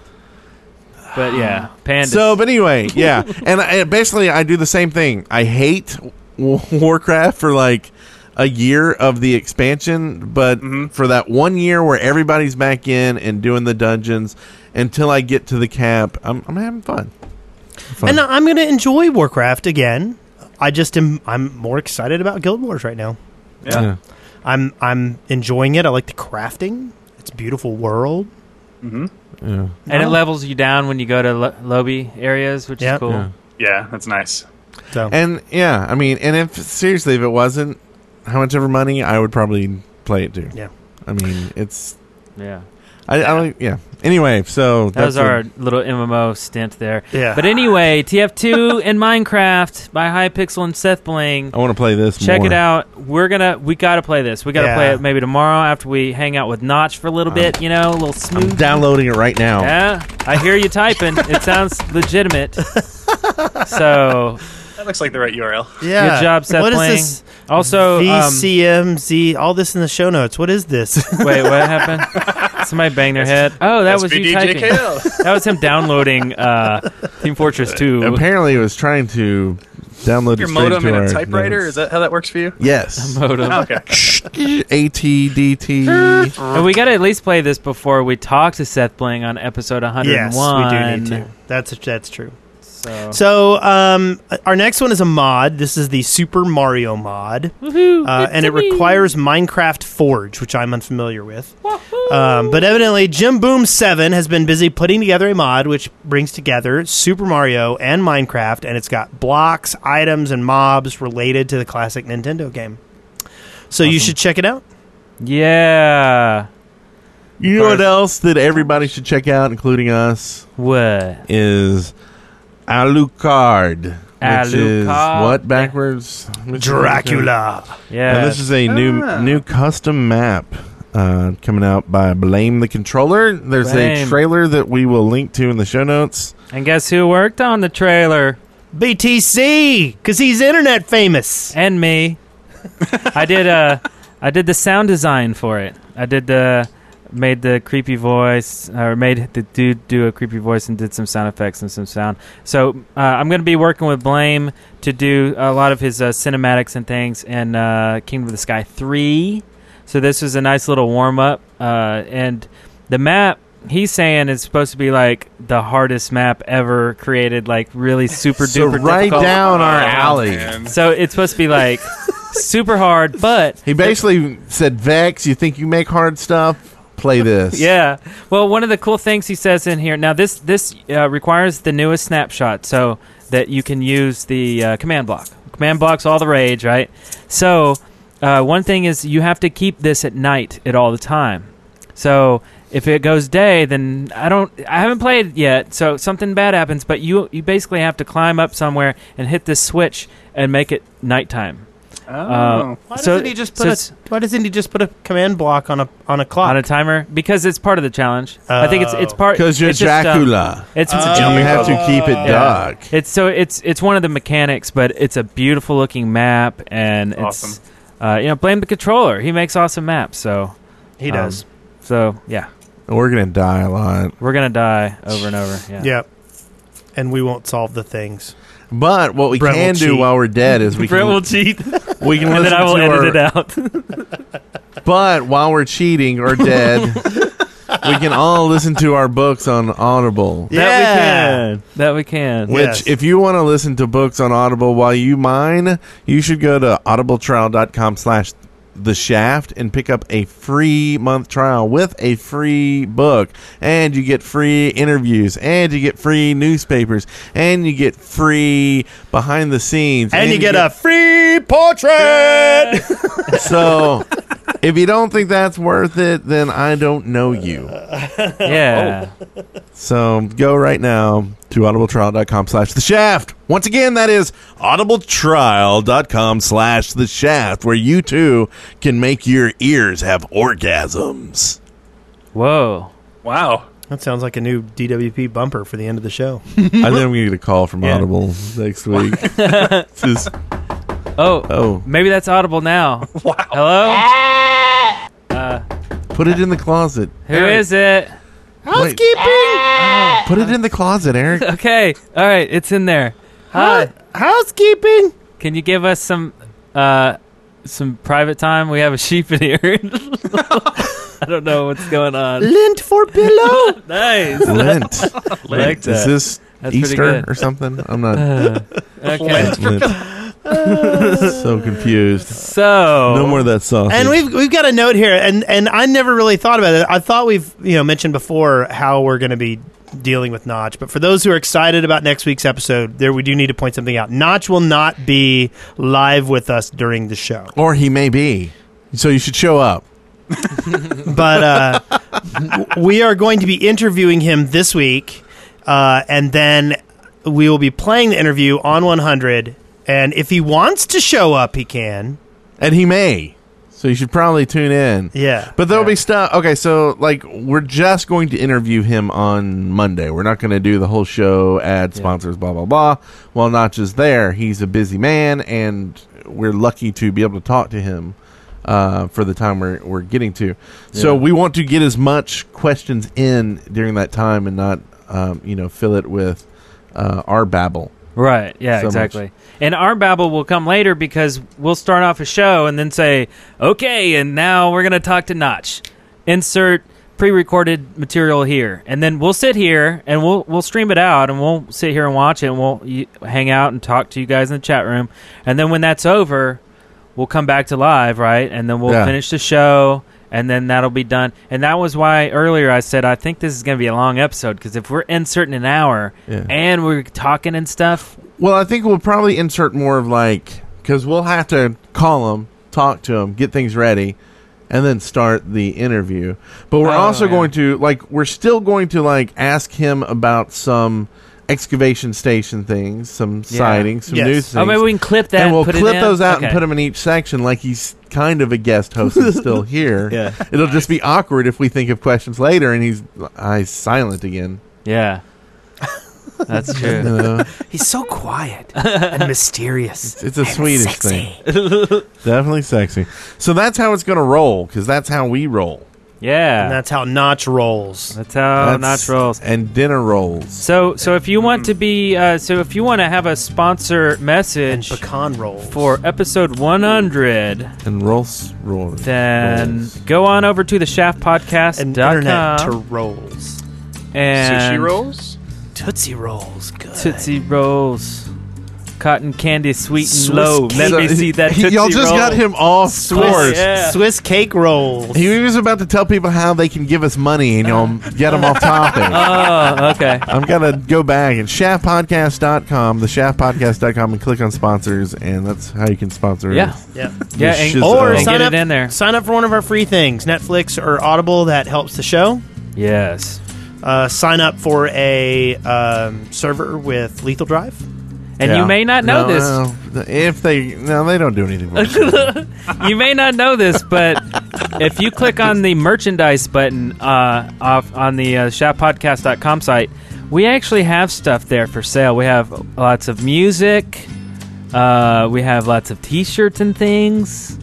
But yeah, pandas. So, but anyway, yeah, and I, basically I do the same thing. I hate Wa- Warcraft for like a year of the expansion, but Mm-hmm. for that one year where everybody's back in and doing the dungeons until I get to the cap, I'm, I'm having fun. And uh, I'm going to enjoy Warcraft again. I just am. I'm more excited about Guild Wars right now. Yeah. Yeah. I'm I'm enjoying it. I like the crafting. It's a beautiful world. Mm-hmm. and it levels you down when you go to lo- lobby areas, which Yeah. is cool. Yeah. Yeah, that's nice. So And yeah, I mean, and if seriously, if it wasn't how much ever money, I would probably play it too. Yeah. I mean, it's Yeah. I, I don't yeah. Anyway, so That was that's our it. little MMO stint there. yeah, But anyway, TF2 and Minecraft by Hypixel and Seth Bling. Oh, I want to play this. Check it more. out. We're gonna we gotta play this. We gotta Yeah. Oh. play it maybe tomorrow after we hang out with Notch for a little bit. You know, a little I'm smooth. downloading it right now. Yeah, I hear you typing. it sounds legitimate. So That looks like the right URL. yeah. good job, Seth What is Bling. this? also, um, VCMZ. all this in the show notes. What is this? wait, what happened? Somebody banged their head. Oh, that was you typing. SVDJKL. That was him downloading uh, Team Fortress Two. Apparently, it was trying to download Your it straight modem to and our a typewriter? notes. Is that how that works for you? yes. modem. Oh, okay. ATDT. And we got to at least play this before we talk to Seth Bling on episode 101. yes, we do need to. That's that's true. So, So um, our next one is a mod. This is the Super Mario mod, uh, and it requires Minecraft Forge, which I'm unfamiliar with. Um, but evidently, Jim Boom Seven has been busy putting together a mod which brings together Super Mario and Minecraft, and it's got blocks, items, and mobs related to the classic Nintendo game. So you should check it out. yeah. You know what else that everybody should check out, including us, What? is Alucard. Which is Alucard. what backwards? Mr. Yeah. And this is a new new custom map uh, coming out by Blame the Controller. There's Blame. a trailer that we will link to in the show notes. and guess who worked on the trailer? BTC, because he's internet famous. And me. I did uh I did the sound design for it. I did the made the creepy voice or made the dude do a creepy voice and did some sound effects and some sound. So uh, I'm going to be working with Blame to do a lot of his uh, cinematics and things in uh, Kingdom of the Sky 3. So this was a nice little warm up uh, and the map he's saying is supposed to be like the hardest map ever created like really super So duper right difficult. down Oh, our alley. So it's supposed to be like super hard, but He basically said, "Vex, you think you make hard stuff? Play this." yeah. Well, one of the cool things he says in here now this this uh, requires the newest snapshot so that you can use the uh, command block. Command block's all the rage, right? So uh, one thing is you have to keep this at night at all the time. So if it goes day, then I don't. I haven't played it yet, so something bad happens. But you you basically have to climb up somewhere and hit this switch and make it nighttime. Oh. Uh, Why So- doesn't he just put so a it's- Why doesn't he just put a command block on a on a clock? on a timer because it's part of the challenge. I think it's it's part Because you're it's just, um, Dracula. it's it's, you have to keep it Yeah. dark. it's so it's it's one of the mechanics, but it's a beautiful looking map and Awesome. it's uh, you know blame the controller. He makes awesome maps, so he um, does. so yeah, We're gonna die a lot. we're gonna die over and over. Yeah, yeah. And we won't solve the things. But what we Brent will can do cheat. while we're dead is we Brent will can cheat, we can and then listen I will to edit it our, out. But while we're cheating or dead, we can all listen to our books on Audible. That we can. That we can. Which, Yes. if you want to listen to books on Audible while you mine, you should go to audibletrial.com slash the shaft and pick up a free month trial with a free book and you get free interviews and you get free newspapers and you get free behind the scenes And you get a free portrait. so if you don't think that's worth it then i don't know you Yeah. so go right now to audibletrial.com slash the shaft. Once again, that is audibletrial.com slash the shaft, where you too can make your ears have orgasms. Whoa. Wow. That sounds like a new DWP bumper for the end of the show. I think we need a call from Mm-hmm. Yeah. Audible next week. Just- Oh, oh, maybe that's audible now. wow. Hello? put it in the closet. Who is it? Housekeeping! Put it in the closet, Eric. Okay. All right. It's in there. Hi. Housekeeping. Can you give us some uh some private time? We have a sheep in here. I don't know what's going on. Lint for pillow. Nice. Lint. Lint. that. Is this That's pretty Easter good. or something? I'm not. Uh, okay. Lint. so confused. So No more of that sausage. and we've we've got a note here, and and I never really thought about it. I thought we've you know mentioned before how we're going to be dealing with Notch, but for those who are excited about next week's episode, there we do need to point something out. Notch will not be live with us during the show, Or he may be. So you should show up. but uh, w- we are going to be interviewing him this week, uh, and then we will be playing the interview on 100. And if he wants to show up, he can. And he may. So you should probably tune in. Yeah, But there'll Yeah. be stuff. Okay, so like we're just going to interview him on Monday. We're not going to do the whole show, ad sponsors, blah blah blah. While Notch is there, he's a busy man, and we're lucky to be able to talk to him uh, for the time we're we're getting to. So we want to get as much questions in during that time, and not um, you know fill it with uh, our babble. Right. Yeah. So much. exactly. And arm babble will come later because we'll start off a show and then say, "Okay, and now we're gonna talk to Notch." Insert pre-recorded material here, and then we'll sit here and we'll we'll stream it out, and we'll sit here and watch it, and we'll y- hang out and talk to you guys in the chat room, and then when that's over, we'll come back to live, right? And then we'll Yeah. finish the show. And then that'll be done. And that was why earlier I said I think this is going to be a long episode because if we're inserting an hour Yeah. and we're talking and stuff, Well, I think we'll probably insert more of like because we'll have to call him, talk to him, get things ready, and then start the interview. But we're Oh, also yeah. going to like we're still going to like ask him about some excavation station things, some Yeah. sightings, some Yes. news. Things. Oh, maybe we can clip that. and we'll put it clip in? those out Okay. and put them in each section, like he's kind of a guest host and still here. Yeah. It'll just be awkward if we think of questions later and he's I silent again. Yeah, that's You true. know? He's so quiet and mysterious. It's a Swedish sexy. thing. Definitely sexy. So that's how it's going to roll because that's how we roll. Yeah, And that's that's, how Notch rolls. how That's- Notch rolls. And dinner rolls. Oh, So, so if you want to be, uh, so if you want to have a sponsor and message pecan rolls. for episode 100, And rolls rolls. then rolls. go on over to the Shaft Podcast and internet to and, rolls. Sushi rolls? Tootsie Rolls. Good. Tootsie rolls, cotton candy sweet Swiss and low. Let So- me see that. He- Tootsie Y'all just roll. got him off course. Yeah. Swiss cake rolls. He was about to tell people how they can give us money and y'all get him off topic. Oh, okay. I'm going to go back and shaftpodcast.com, the shaftpodcast.com, and click on sponsors. And that's how you can sponsor. Yeah, yeah. yeah. This And, shiz- Or And get sign it up in there. Sign up for one of our free things, Netflix or Audible. That helps the show. yes. Uh, sign up for a um, server with Lethal Drive. And Yeah. you may not know No, this. no. If they, no, they don't do anything for us. you may not know this, but if you click on the merchandise button uh, off on the uh, shoppodcast.com site, we actually have stuff there for sale. We have lots of music. Uh, we have lots of T-shirts and things.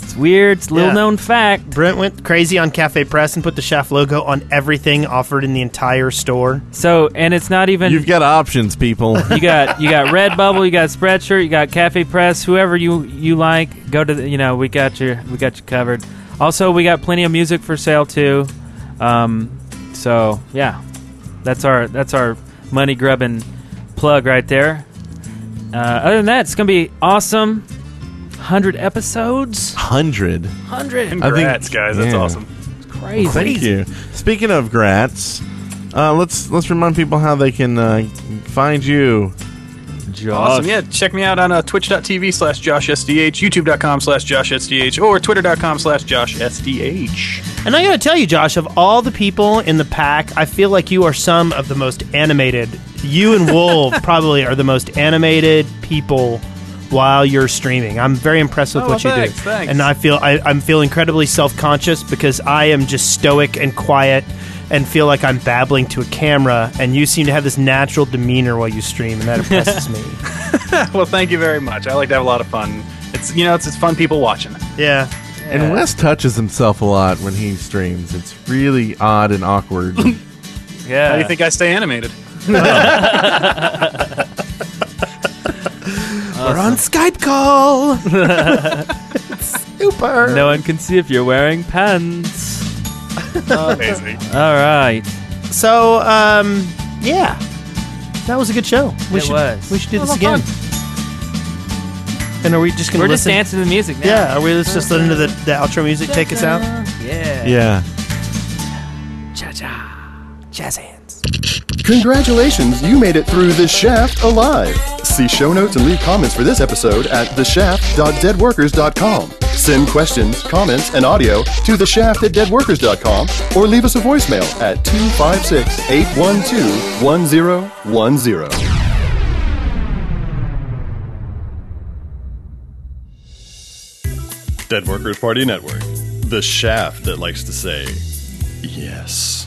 It's weird. It's a little Yeah. known fact. Brent went crazy on Cafe Press and put the Shaft logo on everything offered in the entire store. So, and it's not even You've got options, people. you got you got Redbubble, you got Spreadshirt, you got Cafe Press, whoever you you like, go to the, you know we got your we got you covered. Also, we got plenty of music for sale too. Um, so yeah, that's our that's our money grubbing plug right there. Uh, other than that, it's gonna be awesome. 100 episodes? Hundred. 100. Congrats, guys. That's yeah. awesome. Crazy. Thank you. Speaking of grats, uh, let's let's remind people how they can uh, find you. Awesome. Yeah, check me out on uh, twitch.tv slash joshsdh, youtube.com slash joshsdh, or twitter.com slash joshsdh. And I gotta tell you, Josh, of all the people in the pack, I feel like you are some of the most animated. You and Wolf probably are the most animated people while you're streaming. I'm very impressed with Oh, what you thanks, do, thanks. and I feel I, I'm feel incredibly self conscious because I am just stoic and quiet. And feel like I'm babbling to a camera, and you seem to have this natural demeanor while you stream, and that impresses me. well, thank you very much. I like to have a lot of fun. It's, you know, it's, it's fun people watching. Yeah, And Wes touches himself a lot when he streams. It's really odd and awkward. How do Yeah. you think I stay animated? We're on Skype call. super. No one can see if you're wearing pants. Amazing. All right. So, uh, um, yeah, that was a good show. We It should was. we should do It was this a lot again. of And are we just gonna We're just listen? dancing to the music now. Yeah, are we let's just listen to the, the outro music? Take us out. Yeah. yeah. Congratulations, you made it through The Shaft alive. See show notes and leave comments for this episode at theshaft.deadworkers.com. Send questions, comments, and audio to theshaft at deadworkers.com or leave us a voicemail at 256 812 1010. Dead Workers Party Network. The shaft that likes to say, yes.